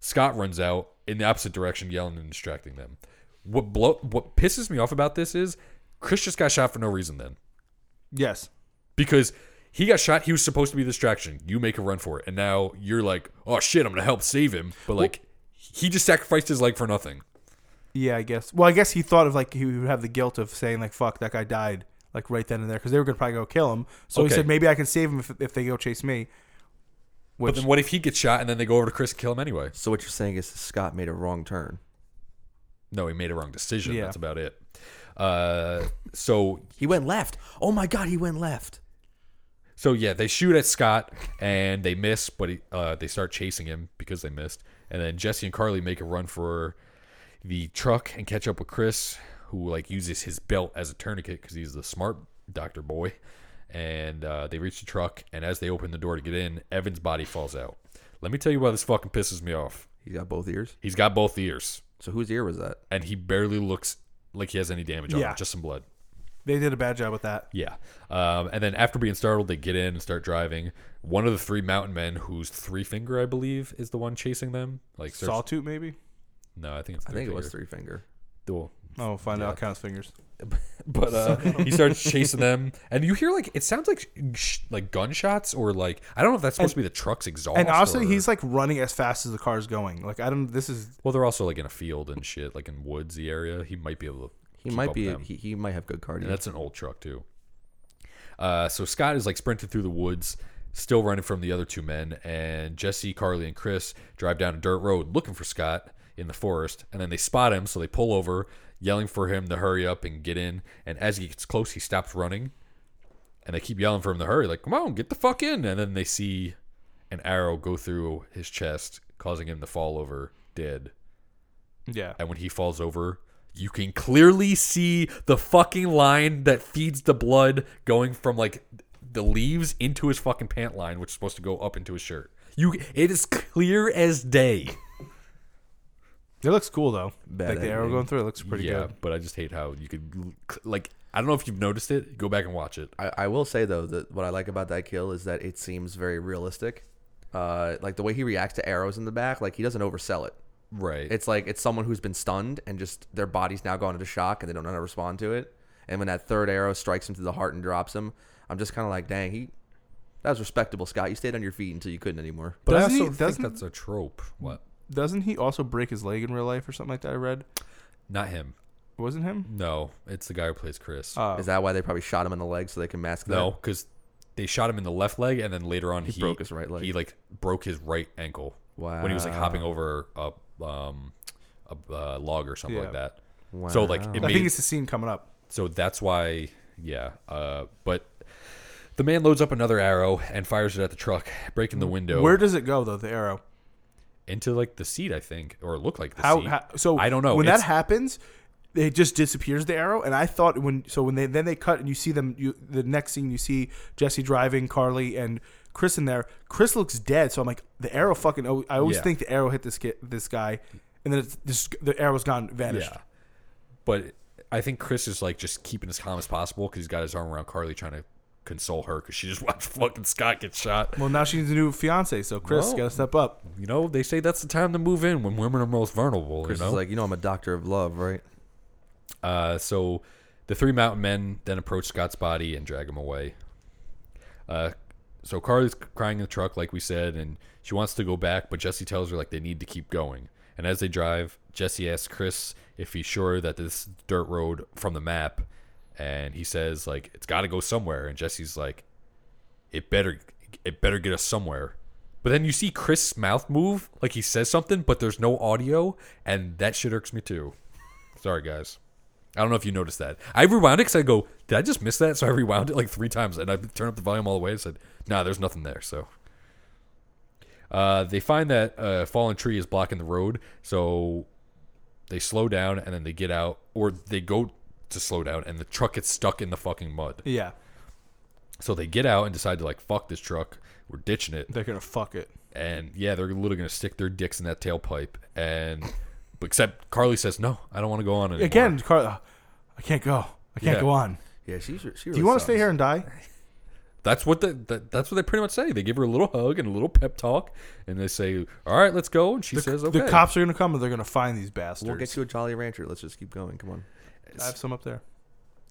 Scott runs out in the opposite direction, yelling and distracting them. What blow? What pisses me off about this is Chris just got shot for no reason. Then
Yes.
because he got shot, he was supposed to be a distraction. You make a run for it, and now you're like, oh shit, I'm gonna help save him. But like, he just sacrificed his leg for nothing.
Yeah, I guess. Well, I guess he thought of like he would have the guilt of saying like "fuck that guy died" like right then and there because they were gonna probably go kill him. So
Okay.
he said maybe I can save him if, if they go chase me.
But
Which
then what if he gets shot and then they go over to Chris and kill him anyway?
So what you're saying is Scott made a wrong turn.
No, he made a wrong decision.
Yeah.
That's about it. Uh, so
He went left. Oh my god, he went left.
So yeah, they shoot at Scott and they miss, but he, uh, they start chasing him because they missed. And then Jesse and Carly make a run for the truck and catch up with Chris, who like uses his belt as a tourniquet because he's the smart doctor boy. And uh, they reach the truck, and as they open the door to get in, Evan's body falls out. Let me tell you why this fucking pisses me off.
He's got both ears.
He's got both ears,
So whose ear was that?
and he barely looks like he has any damage on
Yeah.
him, just some blood.
they did a bad job with that.
Yeah. Um, and then after being startled, they get in and start driving. One of the three mountain men, who's three finger, I believe, is the one chasing them. Like search-
Sawtooth maybe.
No, I think it's.
I
Three
think it was
Finger.
three finger.
Well,
Oh, find out counts fingers.
But uh, he starts chasing them, and you hear like it sounds like sh- like gunshots or like I don't know if that's supposed to be the truck's exhaust.
And honestly,
or-
he's like running as fast as the car's going. Like I don't. This is
well, they're also like in a field and shit, like in woodsy area. He might be able to.
He
keep
might
up
be.
with them.
He, he might have good cardio.
And that's an old truck too. Uh, so Scott is like sprinting through the woods, still running from the other two men, and Jesse, Carly, and Chris drive down a dirt road looking for Scott in the forest, and then they spot him, so they pull over, yelling for him to hurry up and get in. And as he gets close, he stops running, and they keep yelling for him to hurry, like "Come on, get the fuck in!" And then they see an arrow go through his chest, causing him to fall over dead
yeah.
and when he falls over, you can clearly see the fucking line that feeds the blood going from like the leaves into his fucking pant line, which is supposed to go up into his shirt. You, it is clear as day.
It looks cool though.
Bad
like the arrow
editing.
going through it looks pretty
yeah,
good.
but I just hate how you could like. I don't know if you've noticed it. Go back and watch it.
I, I will say though that what I like about that kill is that it seems very realistic. Uh, like the way he reacts to arrows in the back, like he doesn't oversell it.
Right.
It's like it's someone who's been stunned and just their body's now gone into shock and they don't know how to respond to it. And when that third arrow strikes him to the heart and drops him, I'm just kind of like, dang, he. That was respectable, Scott. You stayed on your feet until you couldn't anymore.
But
Doesn't
I
he-
also think
doesn't-
that's a trope. What?
Doesn't he also break his leg in real life or something like that? I read.
Not him.
Wasn't him?
No, it's the guy who plays Chris.
Oh.
Is that why they probably shot him in the leg so they can mask that?
no, because they shot him in the left leg, and then later on he,
broke his right leg.
He like broke his right ankle. When he was like
Wow.
hopping over a um a uh, log or something like
Yeah.
that. So like
Wow.
it
I
made
think it's the scene coming up.
so that's why yeah uh but the man loads up another arrow and fires it at the truck breaking the window
Where does it go though? The arrow.
into like the seat i think or it looked like the
How,
seat
how? So
i don't know
When
It's-
that happens, it just disappears the arrow. And I thought when so when they then they cut and you see them. You the next scene you see Jesse driving Carly and Chris in there. Chris looks dead. So I'm like the arrow fucking. oh, I always
Yeah.
think the arrow hit this ki- this guy, and then it's, this, the arrow's gone vanished.
yeah but i think chris is like just keeping as calm as possible because he's got his arm around carly trying to console her because she just watched fucking scott get shot
Well, now she needs a new fiance. So Chris
Well-
got to step up.
you know they say that's the time to move in when women are most vulnerable
Chris
you know
is like, you know, I'm a doctor of love, right?
Uh, so the three mountain men then approach Scott's body and drag him away. Uh, so Carly's crying in the truck, like we said, and she wants to go back, but Jesse tells her like they need to keep going. And as they drive, Jesse asks Chris if he's sure that this dirt road from the map, and he says like it's got to go somewhere. And Jesse's like, it better, it better get us somewhere. But then you see Chris's mouth move, like he says something, but there's no audio, and that shit irks me too. Sorry, guys. I don't know if you noticed that. I rewound it because I go, did I just miss that? So I rewound it like three times and I turned up the volume all the way and said, nah, there's nothing there. So uh, they find that a fallen tree is blocking the road. So they slow down and then they get out or they go to slow down and the truck gets stuck in the fucking mud.
Yeah,
So they get out and decide to like, fuck this truck. We're ditching it.
they're gonna fuck it.
And yeah, they're literally going to stick their dicks in that tailpipe. And except Carly says, no, I don't want to go on anymore.
Again, Carla, I can't go. I can't
Yeah.
go on.
Yeah, she's. She
Do you want to stay here and die?
That's what the, that, that's what they pretty much say. They give her a little hug and a little pep talk, and they say, "All right, let's go." And she says, "Okay."
The cops are gonna come and they're gonna find these bastards.
We'll get you a Jolly Rancher. Let's just keep going. Come on.
I have some up there.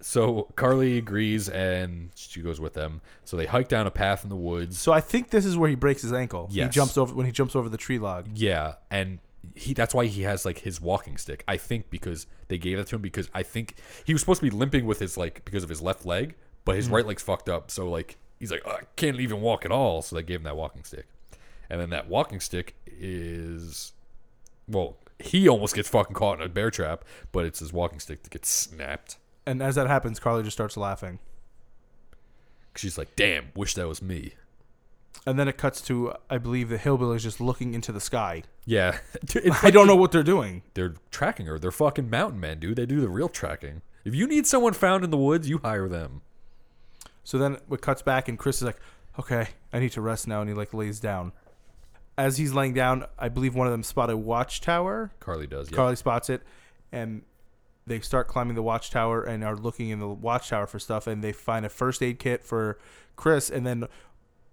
So Carly agrees, and she goes with them. So they hike down a path in the woods.
So I think this is where he breaks his ankle. He
Yes.
jumps over when he jumps over the tree log.
Yeah, and he that's why he has like his walking stick. I think because they gave that to him because I think he was supposed to be limping with his like because of his left leg, but
Mm.
his right leg's fucked up. So like he's like I can't even walk at all. So they gave him that walking stick, and then that walking stick is well, he almost gets fucking caught in a bear trap, but it's his walking stick that gets snapped.
And as that happens, Carly just starts laughing.
She's like, "Damn, wish that was me."
And then it cuts to I believe the hillbillies just looking into the sky.
Yeah, It's
I
like
don't know what they're doing.
They're tracking her. They're fucking mountain men, dude. They do the real tracking. If you need someone found in the woods, you hire them.
So then it cuts back, and Chris is like, "Okay, I need to rest now," and he like lays down. As he's laying down, I believe one of them spot a watchtower.
Carly does. Yeah.
Carly spots it, and they start climbing the watchtower and are looking in the watchtower for stuff. And they find a first aid kit for Chris, and then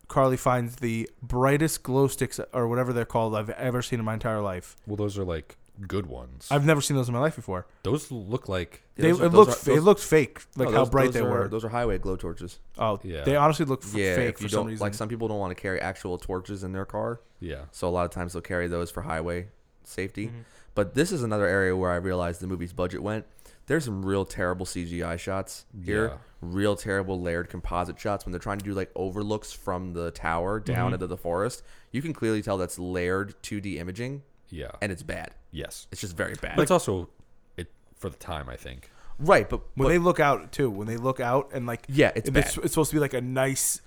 Carly finds the brightest glow sticks or whatever they're called I've ever seen in my entire life.
Well, those are like good ones.
I've never seen those in my life before.
those look like
Yeah,
They,
those are-
it
those
looked
are-
it
those-
looked fake, like
no,
how
Oh, those-
bright
those
they
are-
were.
Those are highway glow torches.
oh,
Yeah.
they honestly look f-
Yeah,
fake
if
for
you
some
don't
reason.
like, some people don't want to carry actual torches in their car,
yeah.
so a lot of times they'll carry those for highway safety.
Mm-hmm.
But this is another area where I realized the movie's budget went. There's some real terrible CGI shots here,
Yeah.
real terrible layered composite shots when they're trying to do like overlooks from the tower down
Mm-hmm.
into the forest. You can clearly tell that's layered 2D imaging,
Yeah.
and it's bad.
yes.
It's just very bad.
But it's also it for the time, I think.
right, but
when they look out too when they look out and like
Yeah, it's
if
bad.
it's supposed to be like a nice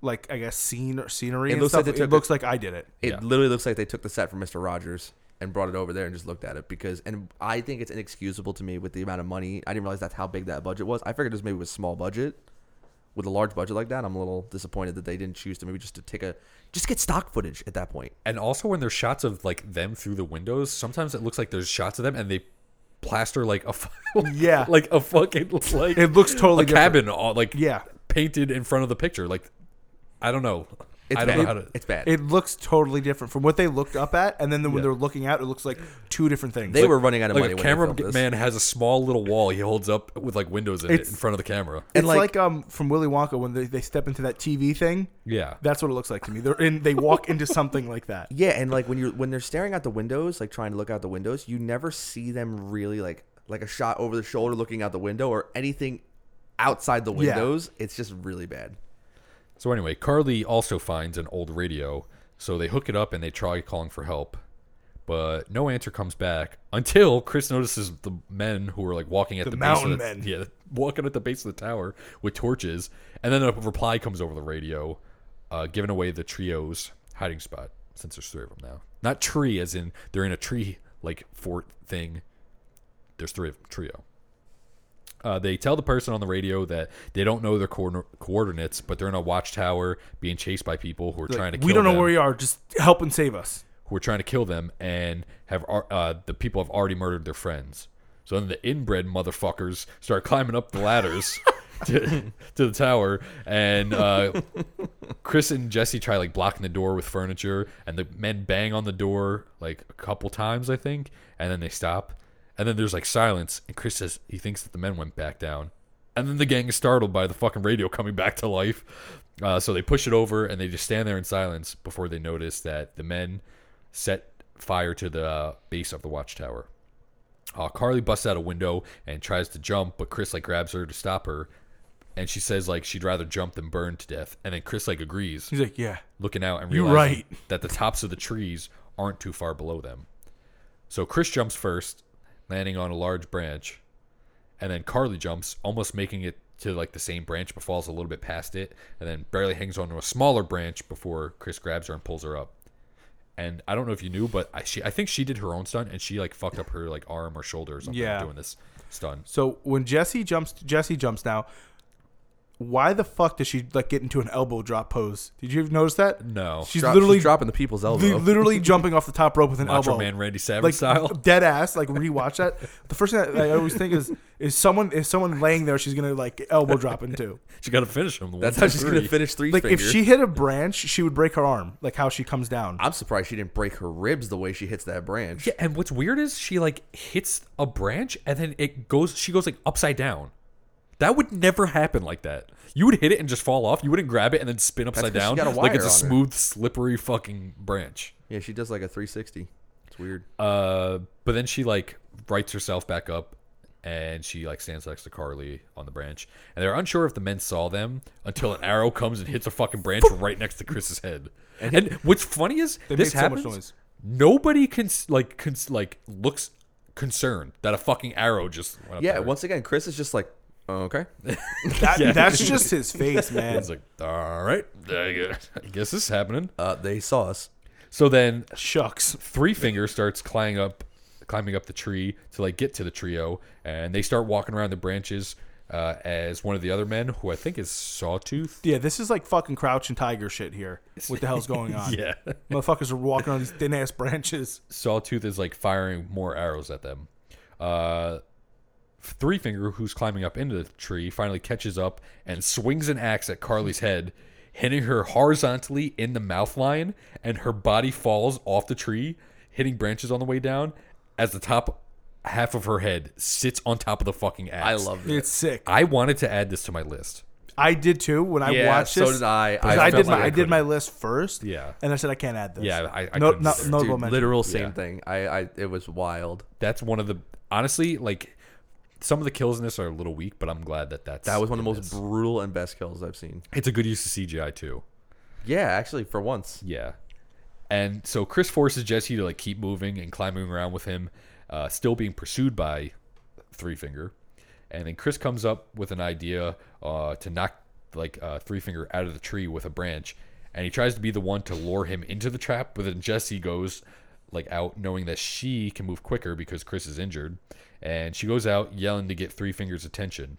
like i guess scene or scenery
It
and
looks
stuff.
like they
it
took
looks
a-
like i did it
It
Yeah.
literally looks like they took the set from Mister Rogers and brought it over there and just looked at it because, and I think it's inexcusable to me with the amount of money. I didn't realize that's how big that budget was. I figured it was maybe with small budget. With a large budget like that, I'm a little disappointed that they didn't choose to maybe just to take a just get stock footage at that point.
And also when there's shots of like them through the windows, sometimes it looks like there's shots of them and they plaster like a fu-
Yeah.
like a fucking like
It looks totally
a cabin all like
Yeah.
painted in front of the picture like I don't know.
It's
I don't
bad.
know how to-
It's bad.
It looks totally different from what they looked up at, and then when
Yeah.
they're looking out, it looks like two different things.
they
Like,
were running out of
Like
money.
a
when they
camera
filmed this.
man has a small little wall he holds up with like windows in it
It's-
in front of the camera.
It's
and, like-
like, um from Willy Wonka when they, they step into that TV thing.
Yeah.
that's what it looks like to me. They're in. They walk into something like that.
Yeah, and like when you're when they're staring out the windows, like trying to look out the windows, you never see them really like like a shot over the shoulder looking out the window or anything outside the
Yeah.
windows. It's just really bad.
So anyway, Carly also finds an old radio, so they hook it up and they try calling for help. But no answer comes back until Chris notices the men who are like walking at the,
mountain
base of
men.
the, Yeah, walking at the base of the tower with torches, and then a reply comes over the radio, uh, giving away the trio's hiding spot since there's three of them now. Not tree as in they're in a tree like fort thing. There's three of them, trio. Uh, they tell the person on the radio that they don't know their coor- coordinates, but they're in a watchtower being chased by people who are trying to. Kill
we don't know
them,
where you are. Just help and save us.
Who are trying to kill them and have ar- uh, the people have already murdered their friends. So then the inbred motherfuckers start climbing up the ladders to, to the tower, and uh, Chris and Jesse try like blocking the door with furniture, and the men bang on the door like a couple times, I think, and then they stop. And then there's like silence, and Chris says he thinks that the men went back down. And then the gang is startled by the fucking radio coming back to life. Uh, so they push it over and they just stand there in silence before they notice that the men set fire to the uh, base of the watchtower. Uh, Carly busts out a window and tries to jump, but Chris like grabs her to stop her, and she says like she'd rather jump than burn to death. And then Chris like agrees,
He's like, yeah.
looking out and
"You're
realizing
right."
that the tops of the trees aren't too far below them. So Chris jumps first, landing on a large branch, and then Carly jumps, almost making it to like the same branch, but falls a little bit past it, and then barely hangs onto a smaller branch before Chris grabs her and pulls her up and I don't know if you knew, but I, she I think she did her own stunt and she like fucked up her like arm or shoulder or something
Yeah.
doing this stunt.
So when Jesse jumps, Jesse jumps now. Why the fuck does she like get into an elbow drop pose? Did you notice that?
No.
she's
Drop-
literally
she's dropping the people's elbow.
li- literally jumping off the top rope with an
Macho
elbow.
Man Randy Savage
like
style.
dead ass. Like rewatch that. The first thing that I always think is is someone is someone laying there. She's gonna like elbow drop into.
She got to finish him.
That's how she's going to finish three.
Like
finger.
if she hit a branch, she would break her arm. Like how she comes down.
I'm surprised she didn't break her ribs the way she hits that branch.
Yeah, and what's weird is she like hits a branch and then it goes. She goes like upside down. That would never happen like that. You would hit it and just fall off. You wouldn't grab it and then spin upside
'cause she
down
got a
like it's a
wire on her.
smooth, slippery fucking branch.
Yeah, she does like a 360. It's weird.
Uh, but then she like writes herself back up and she like stands next to Carly on the branch. And they're unsure if the men saw them until an arrow comes and hits a fucking branch right next to Chris's head. And, what's funny is
They
this
made so much
happens.
noise.
Nobody can like cons- like looks concerned that a fucking arrow just went up
yeah,
there.
once again, Chris is just like, oh, okay.
That, That's just his face, man.
It's like, all right, I guess, I guess this is happening.
Uh, they saw us.
So then
Shucks.
Three Finger starts climbing up, climbing up the tree to like get to the trio, and they start walking around the branches uh, as one of the other men, who I think is Sawtooth.
Yeah, this is like fucking crouching tiger shit here. What the hell's going on?
Yeah.
Motherfuckers are walking on these thin ass branches.
Sawtooth is like firing more arrows at them. Uh, Three Finger, who's climbing up into the tree, finally catches up and swings an axe at Carly's head, hitting her horizontally in the mouth line, and her body falls off the tree, hitting branches on the way down as the top half of her head sits on top of the fucking axe.
I love that.
It's sick.
I wanted to add this to my list.
I did too when I
Yeah,
watched
so
this.
did I.
'cause
I
I,
felt
did my
like I
I did my list first.
Yeah.
and I said I can't add this.
Yeah, I- I
no,
couldn't
no,
either.
notable
Dude,
mention.
literal same
Yeah.
thing. I, I, it was wild.
That's one of the honestly like some of the kills in this are a little weak, but I'm glad that that's
That was one of the
in
most
this.
brutal and best kills I've seen.
It's a good use of CGI too.
Yeah, actually, for once.
Yeah. And so Chris forces Jesse to like keep moving and climbing around with him, uh, still being pursued by Three Finger. And then Chris comes up with an idea uh, to knock like uh, Three Finger out of the tree with a branch, and he tries to be the one to lure him into the trap. But then Jesse goes like out, knowing that she can move quicker because Chris is injured, and she goes out yelling to get Three Finger's attention.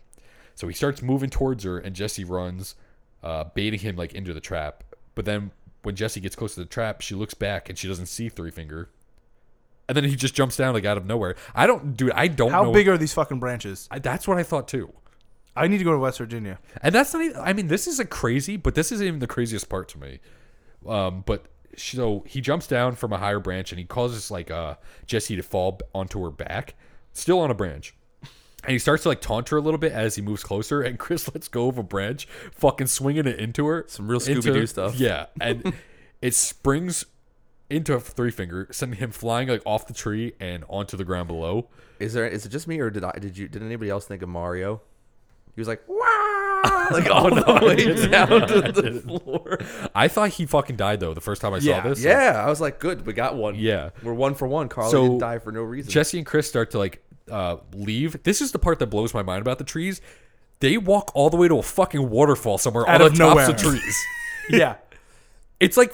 So he starts moving towards her, and Jesse runs, uh, baiting him like into the trap. But then when Jesse gets close to the trap, she looks back and she doesn't see Three Finger. And then he just jumps down like out of nowhere. I don't, dude. I don't.
How
know.
big are these fucking branches?
I, that's what I thought too.
I need to go to West Virginia.
And that's not. Even, I mean, this is a crazy, but this isn't even the craziest part to me. Um, but sh- so he jumps down from a higher branch and he causes like uh, Jesse to fall b- onto her back, still on a branch. And he starts to like taunt her a little bit as he moves closer, and Chris lets go of a branch, fucking swinging it into her.
Some real
into-
Scooby-Doo stuff.
Yeah, and it springs into a three finger, sending him flying like off the tree and onto the ground below.
Is there? Is it just me, or did I? Did you? Did anybody else think of Mario? He was like, wow, like oh, all the way down to the floor.
I thought he fucking died though the first time I
Yeah,
saw this.
yeah. I was like, good, we got one.
Yeah.
we're one for one. Carly
So,
didn't die for no reason.
Jesse and Chris start to like uh, leave. This is the part that blows my mind about the trees. They walk all the way to a fucking waterfall somewhere
Out
on
of
the tops
nowhere.
of trees.
yeah.
It's like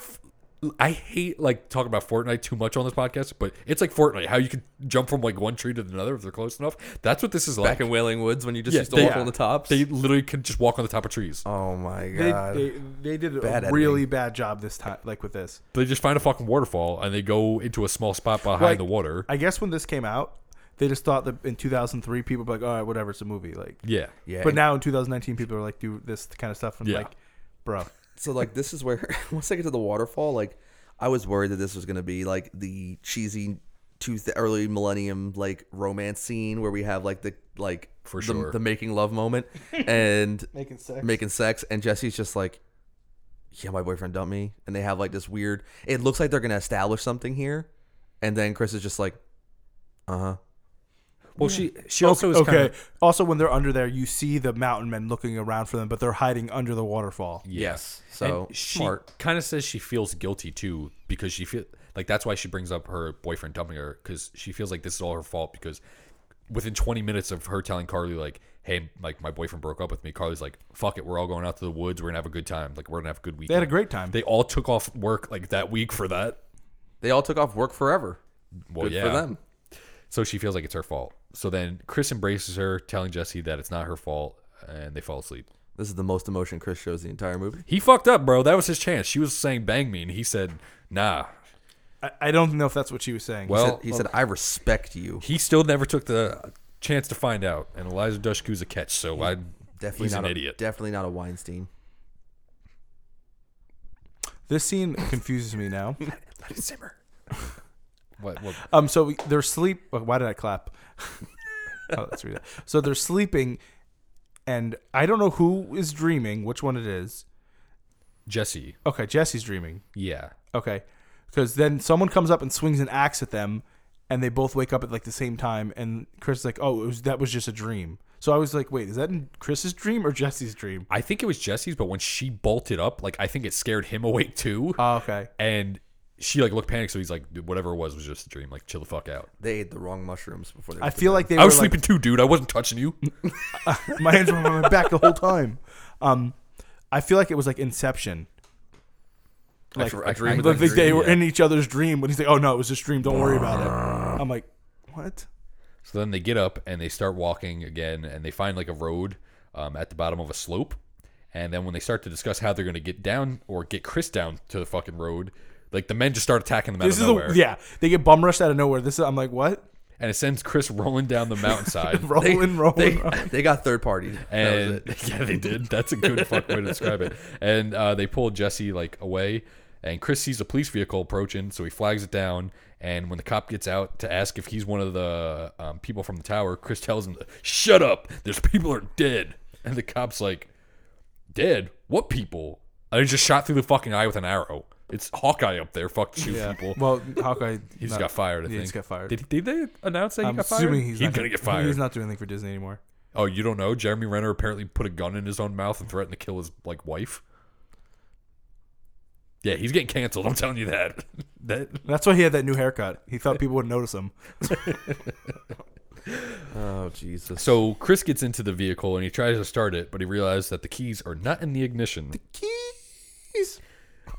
I hate like talking about Fortnite too much on this podcast, but it's like Fortnite how you can jump from like one tree to another if they're close enough. That's what this is like.
back in Wailing Woods when you just
Yeah,
used to
they-
walk on the tops.
They literally can just walk on the top of trees.
oh my
They,
god.
they, they did a
Bad editing.
really bad job this time, like with this.
They just find a fucking waterfall and they go into a small spot behind
Like,
the water.
I guess when this came out, they just thought that in 2003 people were like, all right, whatever, it's a movie. Like,
yeah.
yeah,
But
but now
now in 2019, people are like, do this kind of stuff. And
Yeah.
like, bro,
so like this is where once I get to the waterfall, like I was worried that this was gonna be like the cheesy Tuesday early millennium like romance scene where we have like the like
For
the,
sure.
the making love moment and
Making sex.
making sex and Jesse's just like yeah my boyfriend dumped me and they have like this weird it looks like they're gonna establish something here and then Chris is just like uh huh
Well, she she also is
okay.
kind of
also, when they're under there, you see the mountain men looking around for them, but they're hiding under the waterfall.
yes so
and she
smart
kind of says she feels guilty too because she feel like that's why she brings up her boyfriend dumping her because she feels like this is all her fault because within 20 minutes of her telling Carly like hey like my boyfriend broke up with me Carly's like fuck it we're all going out to the woods we're gonna have a good time like we're gonna have a good weekend
They had a great time.
they all took off work like that week for that
they all took off work forever
well
good
yeah
for them
so she feels like it's her fault so then Chris embraces her telling Jesse that it's not her fault and they fall asleep
This is the most emotion Chris shows the entire movie.
he fucked up bro that was his chance she was saying bang me and he said nah
I, I don't know if that's what she was saying.
Well-
he said, he said, "I respect you."
he still never took the chance to find out. And Eliza Dushku's a catch, so I
Definitely
he's an
not a,
idiot.
Definitely not a Weinstein.
this scene confuses me now.
Let it simmer. what? What?
Um, so we, they're sleep. oh, Why did I clap? oh, let's read that. So they're sleeping, and I don't know who is dreaming, which one it is.
Jesse.
Okay, Jesse's dreaming.
Yeah.
Okay, because then someone comes up and swings an axe at them, and they both wake up at like the same time. And Chris is like, "Oh, it was, that was just a dream." So I was like, "Wait, is that in Chris's dream or Jesse's dream?"
I think it was Jesse's, but when she bolted up, like I think it scared him awake too.
Oh, okay.
and she like looked panicked, so he's like, "Dude, whatever it was was just a dream. Like chill the fuck out.
They ate the wrong mushrooms before they.
I
went to
feel
bed.
like they.
I
were
was
like-
sleeping too, dude. I wasn't touching you.
my hands were on my back the whole time. Um, I feel like it was like Inception. Like,
for-
like,
a dream
like
within a
they
dream,
were
yeah.
in each other's dream when he's like, "Oh no, it was just dream. Don't worry about it." I'm like, "What?"
So then they get up and they start walking again, and they find like a road um, at the bottom of a slope. And then when they start to discuss how they're going to get down or get Chris down to the fucking road, like the men just start attacking them out
This
of
is
nowhere.
the yeah. They get bum rushed out of nowhere. This is I'm like, "What?"
and it sends Chris rolling down the mountainside.
they,
Rolling, rolling.
They,
rolling.
they got third party.
and yeah, they did. That's a good fuck way to describe it. And uh, they pull Jesse like away, and Chris sees a police vehicle approaching, so he flags it down. And when the cop gets out to ask if he's one of the um, people from the tower, Chris tells him, to, "Shut up! There's people are dead." And the cop's like, "Dead? What people?" And he just shot through the fucking eye with an arrow. It's Hawkeye up there. Fuck shoot people.
Well, Hawkeye.
he just
not-
got fired. I
yeah,
think
he just got fired.
Did, did they announce that he
I'm
got
assuming
fired?
he's
he's
not
gonna get fired.
He's not doing anything for Disney anymore.
Oh, you don't know? Jeremy Renner apparently put a gun in his own mouth and threatened to kill his like wife. Yeah, he's getting canceled. I'm telling you that. that
That's why he had that new haircut. He thought people would notice him.
oh Jesus!
so Chris gets into the vehicle and he tries to start it, but he realizes that the keys are not in the ignition. The keys.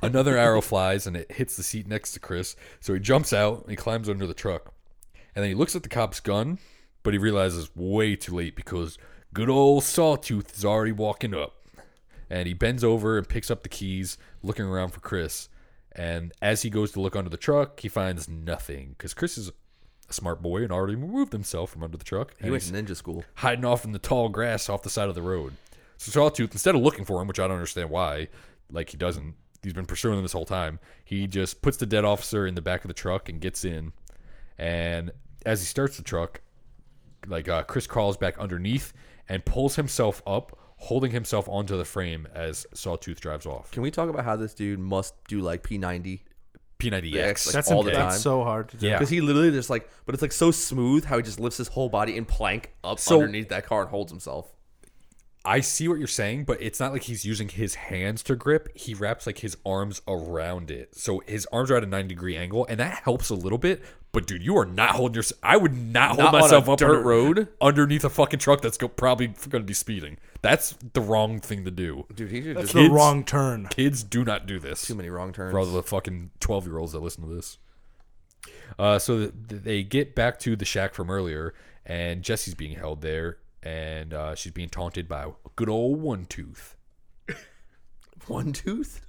Another arrow flies and it hits the seat next to Chris. So he jumps out and he climbs under the truck, and then he looks at the cop's gun, but he realizes way too late because good old Sawtooth is already walking up. and he bends over and picks up the keys, looking around for Chris. And as he goes to look under the truck, he finds nothing because Chris is a smart boy and already removed himself from under the truck.
he
and
went
he's
to ninja school.
hiding off in the tall grass off the side of the road. So Sawtooth, instead of looking for him, which I don't understand why, like he doesn't, he's been pursuing them this whole time. He just puts the dead officer in the back of the truck and gets in. And as he starts the truck, like uh, Chris crawls back underneath and pulls himself up, holding himself onto the frame as Sawtooth drives off.
Can we talk about how this dude must do like P90?
P90X.
That's
all
the
the
imp-
time.
That's so hard to do.
Yeah.
Because he literally just like, but it's like so smooth how he just lifts his whole body and plank up
So-
underneath that car and holds himself.
I see what you're saying, but it's not like he's using his hands to grip. He wraps like his arms around it. So his arms are at a 90 degree angle, and that helps a little bit. But dude, you are not holding yourself. I would not hold
Not on a
myself up
dirt
under-
road.
underneath a fucking truck that's go- probably going to be speeding. That's the wrong thing to do.
Dude, he should
That's
just
the
kids-
wrong turn.
Kids do not do this.
too many wrong turns.
for all the fucking 12 year olds that listen to this. Uh, so th- th- they get back to the shack from earlier, and Jesse's being held there, and uh, she's being taunted by good old One Tooth.
One tooth?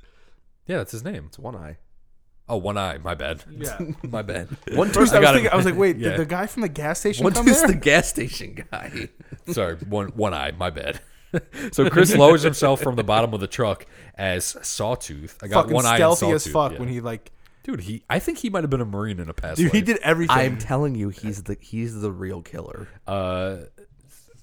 Yeah, that's his name.
It's one eye.
Oh, One Eye. My bad.
Yeah.
my bad.
One
First,
tooth.
I, was
got it.
thinking, I was like, wait,
Yeah.
did the guy from the gas station
One
come
tooth's
there?
the gas station guy.
Sorry, one one eye. My bad. so Chris lowers himself from the bottom of the truck as Sawtooth. I got
Fucking
one eye. and
stealthy as
Sawtooth,
fuck
yeah.
when he like.
dude. He. I think he might have been a marine in a past.
Dude, he
life.
did everything.
I'm telling you, he's the he's the real killer.
Uh,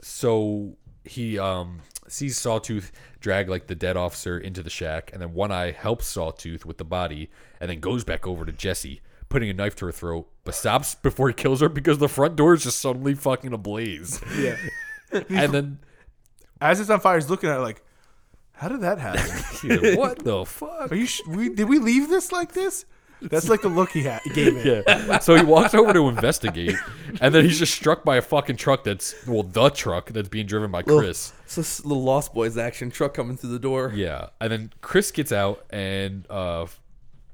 so he um sees Sawtooth drag like the dead officer into the shack, and then One Eye helps Sawtooth with the body, and then goes back over to Jesse, putting a knife to her throat, but stops before he kills her because the front door is just suddenly fucking ablaze.
yeah.
and then
As it's on fire, he's looking at it like, how did that happen?
he's like, what the fuck?
Are you? Sh- we did we leave this like this? That's like the look he had, he gave it.
Yeah. So he walks over to investigate, and then he's just struck by a fucking truck that's well, the truck that's being driven by Chris.
So s- the Lost Boys action truck coming through the door.
Yeah, and then Chris gets out and uh,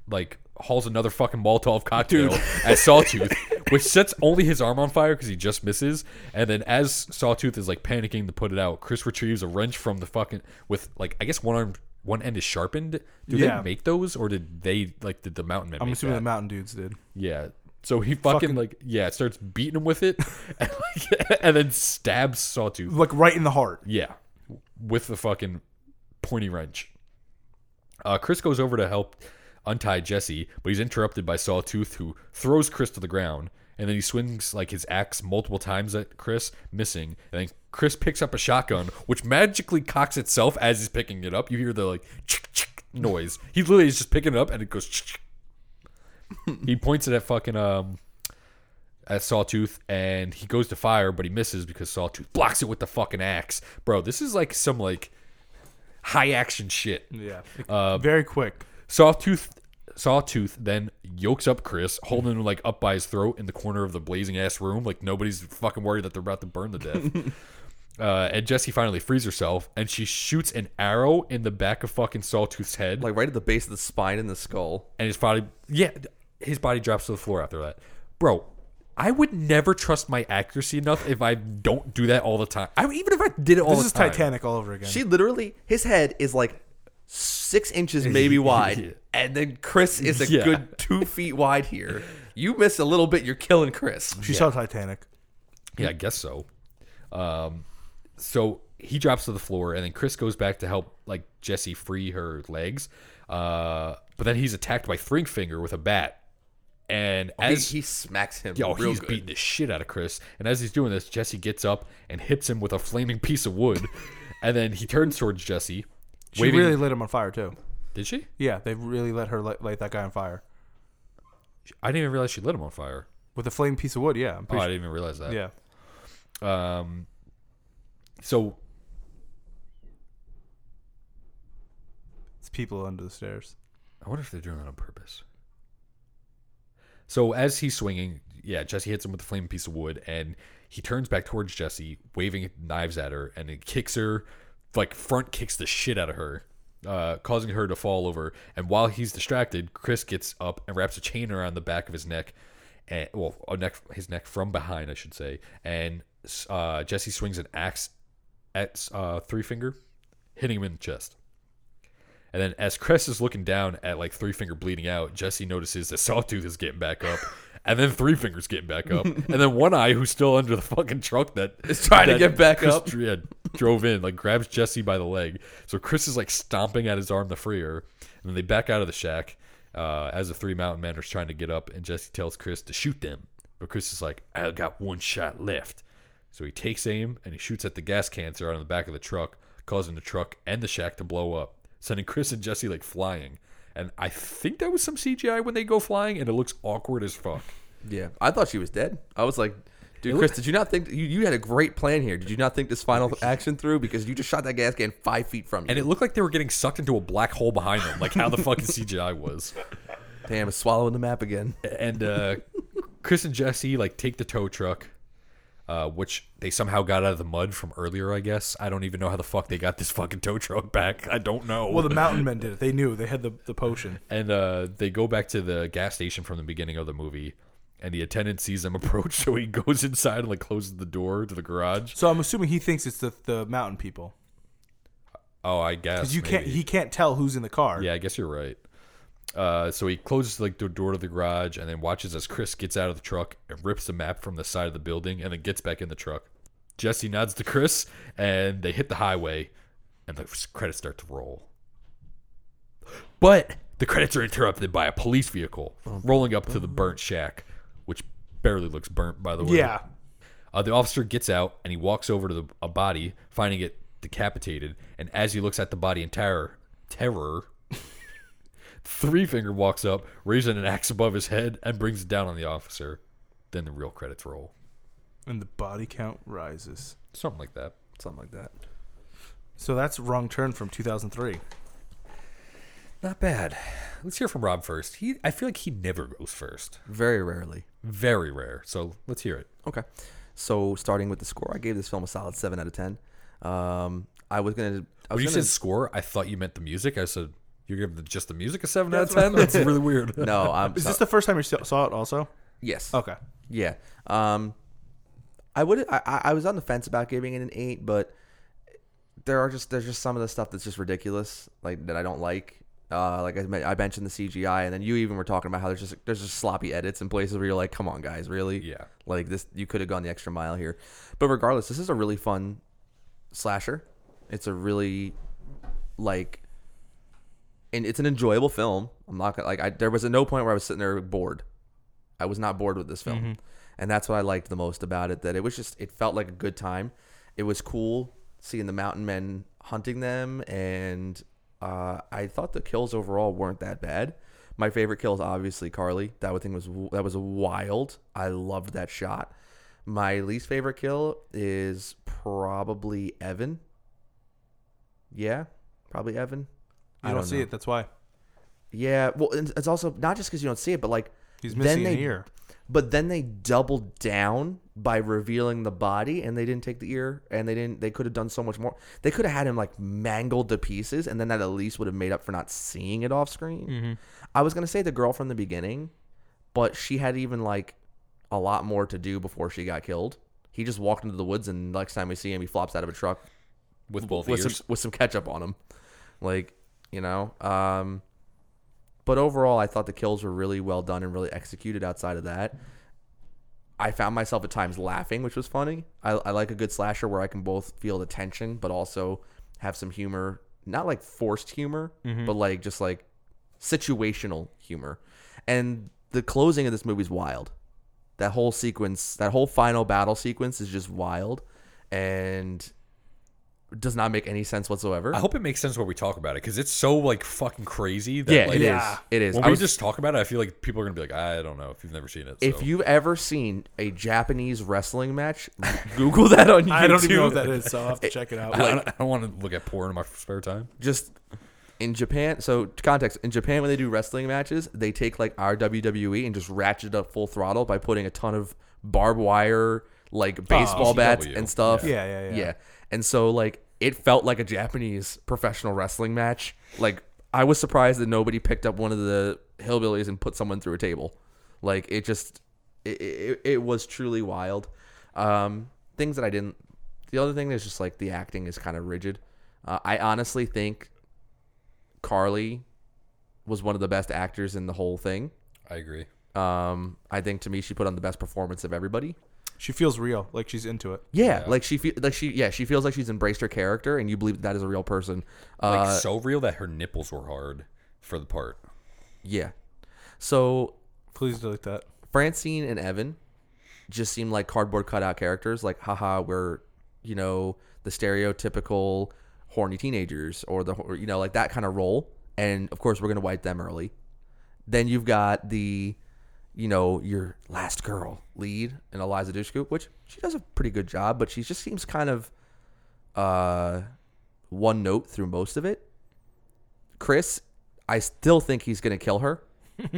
like hauls another fucking Molotov cocktail at Sawtooth, which sets only his arm on fire because he just misses. And then as Sawtooth is like panicking to put it out, Chris retrieves a wrench from the fucking with like I guess one arm. One end is sharpened. Do
Yeah.
they make those, or did they like did the mountain men?
I'm
make
assuming
that?
the mountain dudes did.
Yeah. So he fucking,
Fucking-
like yeah starts beating him with it, and, like, and then stabs Sawtooth.
Like right in the heart.
Yeah, with the fucking pointy wrench. Uh, Chris goes over to help untie Jesse, but he's interrupted by Sawtooth, who throws Chris to the ground, and then he swings like his axe multiple times at Chris, missing. And then Chris picks up a shotgun, which magically cocks itself as he's picking it up. You hear the like chick chick noise. He literally is just picking it up, and it goes. chick, chick. he points it at fucking um at Sawtooth and he goes to fire, but he misses because Sawtooth blocks it with the fucking axe. Bro, this is like some like high action shit.
Yeah.
Uh,
Very quick.
Sawtooth Sawtooth then yokes up Chris, holding him like up by his throat in the corner of the blazing ass room, like nobody's fucking worried that they're about to burn to death. Uh, and Jesse finally frees herself, and she shoots an arrow in the back of fucking Sawtooth's head,
Like right at the base of the spine and the skull.
and his body, yeah, his body drops to the floor after that. Bro, I would never trust my accuracy enough if I don't do that all the time. I even if I did it all
This
the
is
time.
Titanic all over again.
She literally, his head is like six inches maybe wide, and then Chris is a
Yeah.
good two feet wide here. You miss a little bit, you're killing Chris.
she saw Titanic.
Yeah, I guess so. Um, so he drops to the floor, and then Chris goes back to help like Jesse free her legs. Uh, but then he's attacked by Thringfinger with a bat, and
Oh,
He,
as
he smacks him.
Yo,
real
he's
good.
beating the shit out of Chris. And as he's doing this, Jesse gets up and hits him with a flaming piece of wood. and then he turns towards Jesse.
She really lit him on fire too.
Did she?
Yeah, they really let her light, light that guy on fire
I didn't even realize she lit him on fire.
with a flame piece of wood. Yeah, I'm
Oh,
pretty
I didn't even realize that.
sure. Yeah,
Um, so
it's people under the stairs.
I wonder if they're doing that on purpose. So as he's swinging, yeah, Jesse hits him with a flaming piece of wood, and he turns back towards Jesse, waving knives at her, and it kicks her, like front kicks the shit out of her, uh, causing her to fall over. And while he's distracted, Chris gets up and wraps a chain around the back of his neck, and well, a neck, his neck from behind, I should say. And uh, Jesse swings an axe at uh, Three Finger, hitting him in the chest. And then as Chris is looking down at like three finger bleeding out, Jesse notices that Sawtooth is getting back up. And then three fingers getting back up, and then one eye who's still under the fucking truck that
Is trying to
that
get back
Chris
up.
Dre had drove in, like grabs Jesse by the leg. So Chris is like stomping at his arm to free her, and then they back out of the shack uh, as the three mountain men are trying to get up, and Jesse tells Chris to shoot them. But Chris is like, I got one shot left. So he takes aim and he shoots at the gas cans that are on the back of the truck, causing the truck and the shack to blow up, sending Chris and Jesse like flying. And I think that was some CGI when they go flying, and it looks awkward as fuck.
Yeah, I thought she was dead. I was like, dude, Chris, did you not think you, you had a great plan here? Did you not think this final action through because you just shot that gas can five feet from you?
And it looked like they were getting sucked into a black hole behind them, like how the fucking CGI was.
Damn, it's swallowing the map again.
and uh, Chris and Jesse like take the tow truck, uh, which they somehow got out of the mud from earlier. I guess I don't even know how the fuck they got this fucking tow truck back. I don't know.
Well, the mountain men did it. They knew. They had the, the potion.
and uh, they go back to the gas station from the beginning of the movie. And the attendant sees them approach, so he goes inside and like closes the door to the garage.
So I'm assuming he thinks it's the, the mountain people.
Oh, I guess
Because you can't,
maybe.
he can't tell who's in the car.
Yeah, I guess you're right. Uh, so he closes like the door to the garage and then watches as Chris gets out of the truck and rips the map from the side of the building and then gets back in the truck. Jesse nods to Chris and they hit the highway and the credits start to roll. But the credits are interrupted by a police vehicle
Oh.
rolling up to the burnt shack, which barely looks burnt by the way.
Yeah.
Uh, the officer gets out and he walks over to the, a body, finding it decapitated. And as he looks at the body in terror, terror, Three Finger walks up, raising an axe above his head, and brings it down on the officer. Then the real credits roll,
And the body count rises.
something like that.
Something like that.
So that's Wrong Turn from 2003.
Not bad. Let's hear from Rob first. He, I feel like he never goes first.
Very rarely.
Very rare. So let's hear it.
Okay. So starting with the score, I gave this film a solid seven out of ten. Um, I was gonna. I
When
was
you
gonna
said score, I thought you meant the music. I said you're giving the, just the music a seven out of ten. That's really weird.
no. I'm
Is
so-
this the first time you saw saw it also?
yes?
Okay.
Yeah. Um, I would. I, I I was on the fence about giving it an eight, but there are just there's just some of the stuff that's just ridiculous, like that I don't like. Uh, like I, men- I mentioned the CGI, and then you even were talking about how there's just there's just sloppy edits in places where you're like, come on, guys, really?
Yeah.
Like this, you could have gone the extra mile here. But regardless, this is a really fun slasher. It's a really like and it's an enjoyable film. I'm not gonna like I there was at no point where I was sitting there bored. I was not bored with this film.
Mm-hmm.
And that's what I liked the most about it that it was just it felt like a good time. It was cool seeing the mountain men hunting them and uh, I thought the kills overall weren't that bad. My favorite kill is obviously Carly. That thing was that was wild. I loved that shot. My least favorite kill is probably Evan. Yeah, probably Evan.
You don't, see it. That's why.
Yeah, well, and it's also not just because you don't see it, but like
He's
then
missing
they-
an ear.
But then they doubled down by revealing the body, and they didn't take the ear, and they didn't. They could have done so much more. They could have had him like mangled to pieces, and then that at least would have made up for not seeing it off screen.
Mm-hmm.
I was gonna say the girl from the beginning, but she had even like a lot more to do before she got killed. He just walked into the woods, and next time we see him, he flops out of a truck
With both
with
ears.
some with some ketchup on them, like you know. Um, but overall, I thought the kills were really well done and really executed. Outside of that, I found myself at times laughing, which was funny. I, I like a good slasher where I can both feel the tension, but also have some humor. Not like forced humor,
Mm-hmm.
but like just like situational humor. And the closing of this movie is wild. That whole sequence, that whole final battle sequence is just wild and does not make any sense whatsoever.
I hope it makes sense when we talk about it because it's so like fucking crazy. That,
yeah,
like,
it is. It is.
When
I
we
was-
just talk about it, I feel like people are gonna be like, I don't know if you've never seen it.
if
so.
you've ever seen a Japanese wrestling match, Google that on YouTube.
I don't even know what that is, so I'll have to check it out.
I don't, I don't want to look at porn in my spare time.
just in Japan. So context in Japan, when they do wrestling matches, they take like our WWE and just ratchet up full throttle by putting a ton of barbed wire,
Ah,
like baseball bats
ECW.
and stuff.
Yeah. Yeah, yeah, yeah.
And so like it felt like a Japanese professional wrestling match. Like I was surprised that nobody picked up one of the hillbillies and put someone through a table. Like it just it, it, it was truly wild. Um, things that I didn't. The other thing is just like the acting is kind of rigid. Uh, I honestly think Carly was one of the best actors in the whole thing.
I agree.
Um, I think to me she put on the best performance of everybody.
she feels real, like she's into it.
Yeah, like she feel like she yeah she feels like she's embraced her character, and you believe that is a real person. Uh,
Like so real that her nipples were hard for the part.
yeah. So
Please delete that.
Francine and Evan just seem like cardboard cutout characters. Like, haha, we're you know the stereotypical horny teenagers, or the or, you know like that kind of role. And of course, we're gonna wipe them early. Then you've got the you know your last girl lead in Eliza Dushku, which she does a pretty good job, but she just seems kind of uh one note through most of it. Chris, I still think he's gonna kill her.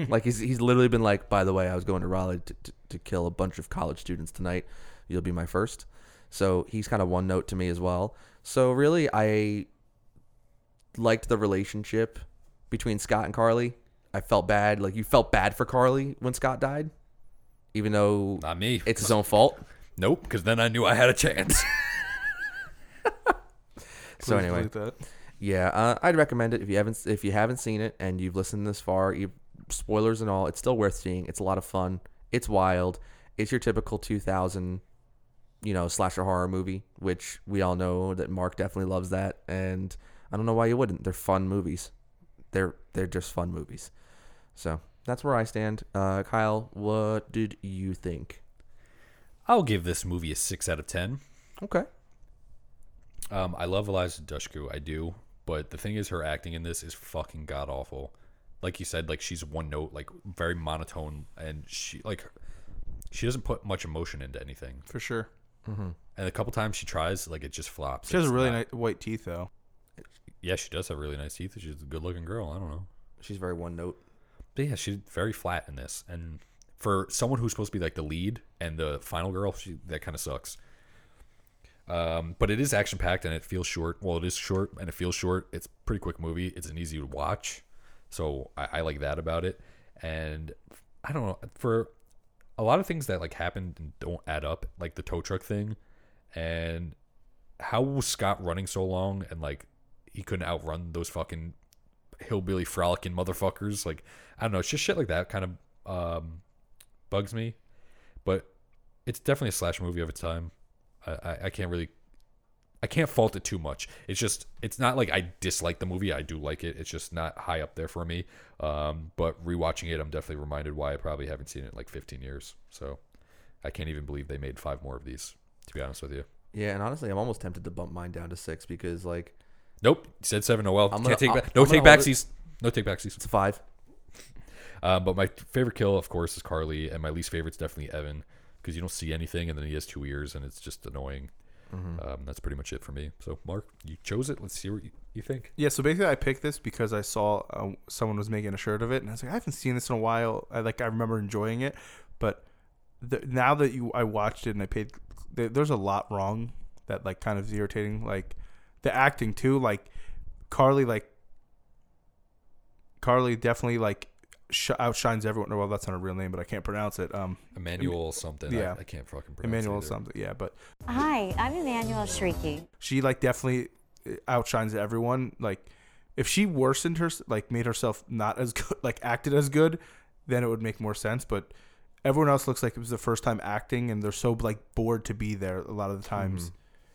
like he's he's literally been like, by the way, I was going to Raleigh to, to, to kill a bunch of college students tonight. You'll be my first. So he's kind of one note to me as well. So really, I liked the relationship between Scott and Carly. I felt bad. Like you felt bad for Carly when Scott died, even though
Not me.
it's his own fault.
nope, because then I knew I had a chance.
So
Please
anyway,
delete that.
Yeah, uh, I'd recommend it if you haven't if you haven't seen it and you've listened this far, you, spoilers and all. It's still worth seeing. It's a lot of fun. It's wild. It's your typical 2000, you know, slasher horror movie, which we all know that Mark definitely loves that, and I don't know why you wouldn't. They're fun movies. They're they're just fun movies. So that's where I stand. Uh, Kyle, what did you think?
I'll give this movie a six out of ten.
Okay.
Um, I love Eliza Dushku, I do, but the thing is, her acting in this is fucking god awful. Like you said, like she's one note, like very monotone, and she like she doesn't put much emotion into anything.
For sure.
And a couple times she tries, like it just flops.
She has a
It's
really
not-
nice white teeth, though.
yeah, she does have really nice teeth. She's a good looking girl. I don't know,
She's very one note.
but yeah, she's very flat in this. And for someone who's supposed to be like the lead and the final girl, she that kind of sucks. Um, but it is action packed and it feels short. Well, it is short and it feels short. It's a pretty quick movie. It's an easy to watch, so I, I like that about it. And I don't know for a lot of things that like happened and don't add up, like the tow truck thing, and how was Scott running so long and like he couldn't outrun those fucking hillbilly frolicking motherfuckers. Like I don't know, it's just shit like that kind of um, bugs me. But it's definitely a slash movie of its time. I, I, I can't really, I can't fault it too much. It's just it's not like I dislike the movie. I do like it. It's just not high up there for me. Um, but rewatching it, I'm definitely reminded why I probably haven't seen it in like 15 years. So I can't even believe they made five more of these. To be honest with you.
Yeah, and honestly, I'm almost tempted to bump mine down to six because like
Nope, said seven. Oh well,
I'm gonna-
can't take
I'll-
back. No
I'm gonna
take
hold it.
backsies. No take backsies.
it's a five.
Um, but my favorite kill, of course, is Carly, and my least favorite's definitely Evan because you don't see anything, and then he has two ears, and it's just annoying.
Mm-hmm.
Um, that's pretty much it for me. So, Mark, you chose it. Let's see what you, you think.
Yeah, so basically, I picked this because I saw uh, someone was making a shirt of it, and I was like, I haven't seen this in a while. I like, I remember enjoying it, but the, now that you, I watched it and I paid, there, there's a lot wrong that like kind of is irritating. Like the acting too, like Carly, like Carly definitely like sh- outshines everyone. Well, that's not a real name, but I can't pronounce it. Um,
Emmanuel something.
yeah.
I, I can't fucking pronounce it
Emmanuel
either.
something. Yeah, but
Hi, I'm Emmanuel Shrieky.
she like definitely uh, outshines everyone. Like if she worsened her like made herself not as good, like acted as good, then it would make more sense. But everyone else looks like it was the first time acting, and they're so like bored to be there a lot of the times.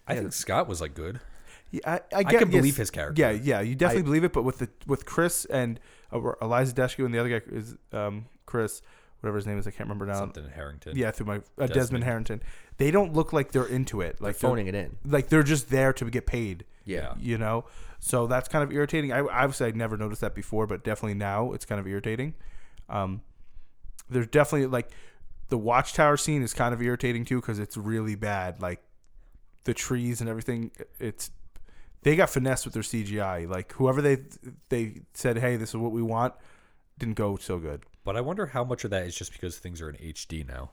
I think Scott was like good.
Um, Yeah, I, I, get-
can believe
yes.
his character.
Yeah, yeah, you definitely believe it. But with the with Chris and uh, or Eliza Dushku and the other guy is um, Chris, whatever his name is, I can't remember now.
Something Harrington.
Yeah, through my uh, Desmond. Harrington. They don't look like they're into it. Like
phoning
they're-
it in.
Like they're just there to get paid.
Yeah.
you know. So that's kind of irritating. I obviously I never noticed that before, but definitely now it's kind of irritating. Um, there's definitely like the watchtower scene is kind of irritating too because it's really bad. Like the trees and everything. It's they got finessed with their CGI. Like whoever they they said, hey, this is what we want, didn't go so good.
But I wonder how much of that is just because things are in HD now.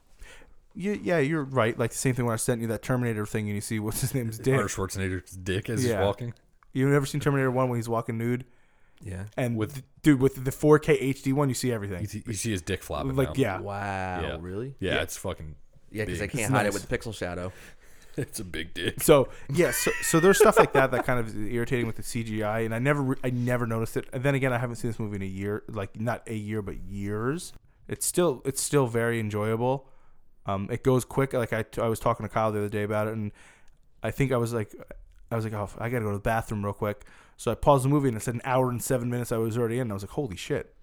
Yeah, yeah, you're right. Like the same thing when I sent you that Terminator thing, and you see what's his name's
Arnold
dick.
Schwarzenegger's dick as
Yeah.
he's walking.
You've never seen Terminator One when he's walking nude,
Yeah.
and with dude with the 4K HD one, you see everything.
You see, you see his dick flopping.
Like
now.
yeah,
Wow.
Yeah.
Really?
Yeah, it's fucking.
Yeah, because they
big.
can't hide it with the pixel shadow.
It's a big dick.
So yeah, so, so there's stuff like that that kind of is irritating with the CGI, and I never re- I never noticed it. And then again, I haven't seen this movie in a year, like not a year, but years. It's still it's still very enjoyable, Um, it goes quick. Like I, I was talking to Kyle the other day about it, and I think I was like, I was like, oh, I gotta go to the bathroom real quick. So I paused the movie, and it said an hour and seven minutes. I was already in. I was like, holy shit,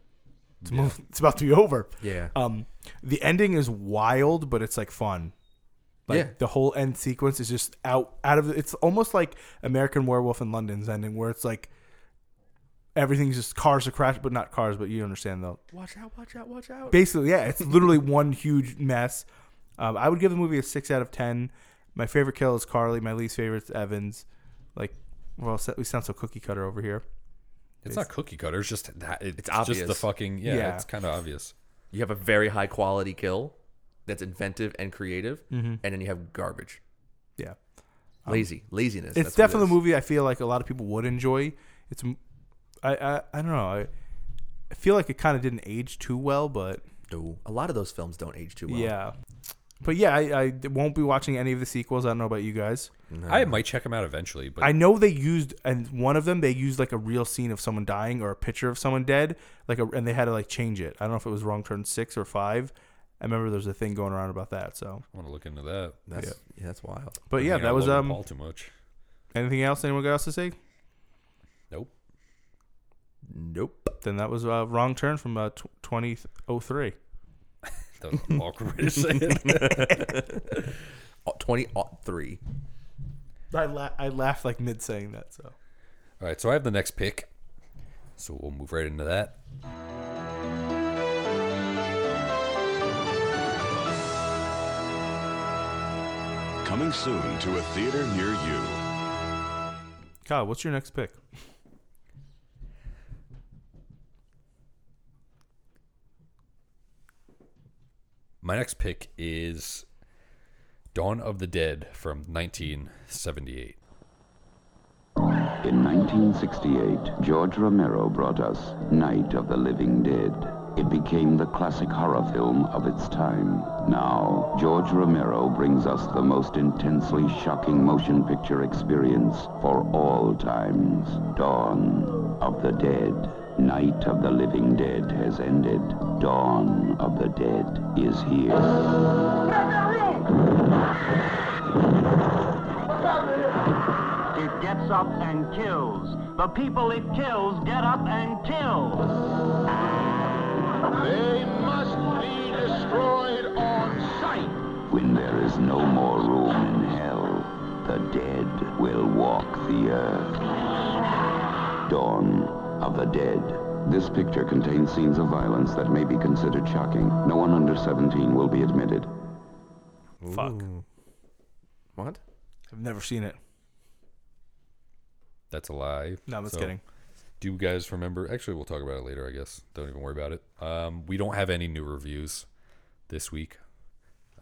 it's, a mov- it's about to be over.
Yeah.
Um, the ending is wild, but it's like fun. Like
Yeah.
the whole end sequence is just out out of it's almost like American Werewolf in London's ending, where it's like everything's just cars are crashed, but not cars, but you understand though.
Watch out! Watch out! Watch out!
Basically, yeah, it's literally one huge mess. Um, I would give the movie a six out of ten. My favorite kill is Carly. My least favorite is Evans. Like, well, so- we sound so cookie cutter over here.
It's not cookie cutter. It's just that. It's,
obvious.
just the fucking. Yeah,
Yeah.
it's kind of obvious.
You have a very high quality kill that's inventive and creative, and then you have garbage,
Yeah,
lazy,
it's
laziness. that's what it
definitely
is.
a movie I feel like a lot of people would enjoy. It's, m- I, I, I don't know. I, I feel like it kind of didn't age too well, but
No, a lot of those films don't age too well.
yeah. But yeah, I, I won't be watching any of the sequels. I don't know about you guys.
I might check them out eventually, but
Uh, I know they used and one of them they used like a real scene of someone dying or a picture of someone dead, like a, and they had to like change it. I don't know if it was wrong turn six or five. I remember there was a thing going around about that. So,
I want to look into that.
that's yeah, that's wild.
but
I
yeah,
think I
that was
love
um.
Paul too much.
Anything else? Anyone else to say?
Nope.
Nope.
Then that was uh, wrong turn from uh, tw- 2003.
That was an awkward way to say it.
Oh, Twenty oh, three.
I la- I laughed like mid saying that. So
All right, so I have the next pick, so we'll move right into that.
Coming soon to a theater near you.
Kyle, what's your next pick?
My next pick is Dawn of the Dead from 1978.
In 1968, George Romero brought us Night of the Living Dead. It became the classic horror film of its time. Now, George Romero brings us the most intensely shocking motion picture experience for all times. Dawn of the Dead. Night of the Living Dead has ended. Dawn of the Dead is here.
It gets up and kills. The people it kills get up and kill. They must be destroyed on sight.
When there is no more room in hell, the dead will walk the earth. Dawn of the Dead. This picture contains scenes of violence that may be considered shocking. No one under 17 will be admitted.
Fuck,
What?
I've never seen it.
That's a lie.
No, I'm just
So,
kidding.
Do you guys remember? Actually, we'll talk about it later. I guess. Don't even worry about it. Um, we don't have any new reviews this week,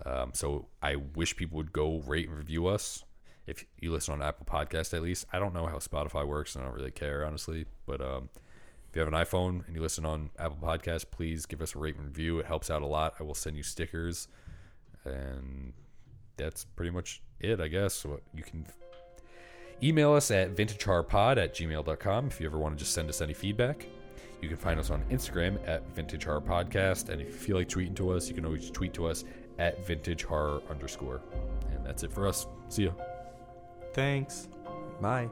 um, so I wish people would go rate and review us. If you listen on Apple Podcast, at least I don't know how Spotify works, and I don't really care honestly. But um, if you have an iPhone and you listen on Apple Podcast, please give us a rate and review. It helps out a lot. I will send you stickers, and that's pretty much it. I guess So you can Email us at vintagehorrorpod at gmail.com if you ever want to just send us any feedback. You can find us on Instagram at Vintage Horror Podcast, and if you feel like tweeting to us, you can always tweet to us at Vintage Horror underscore. And that's it for us. See ya.
Thanks.
Bye.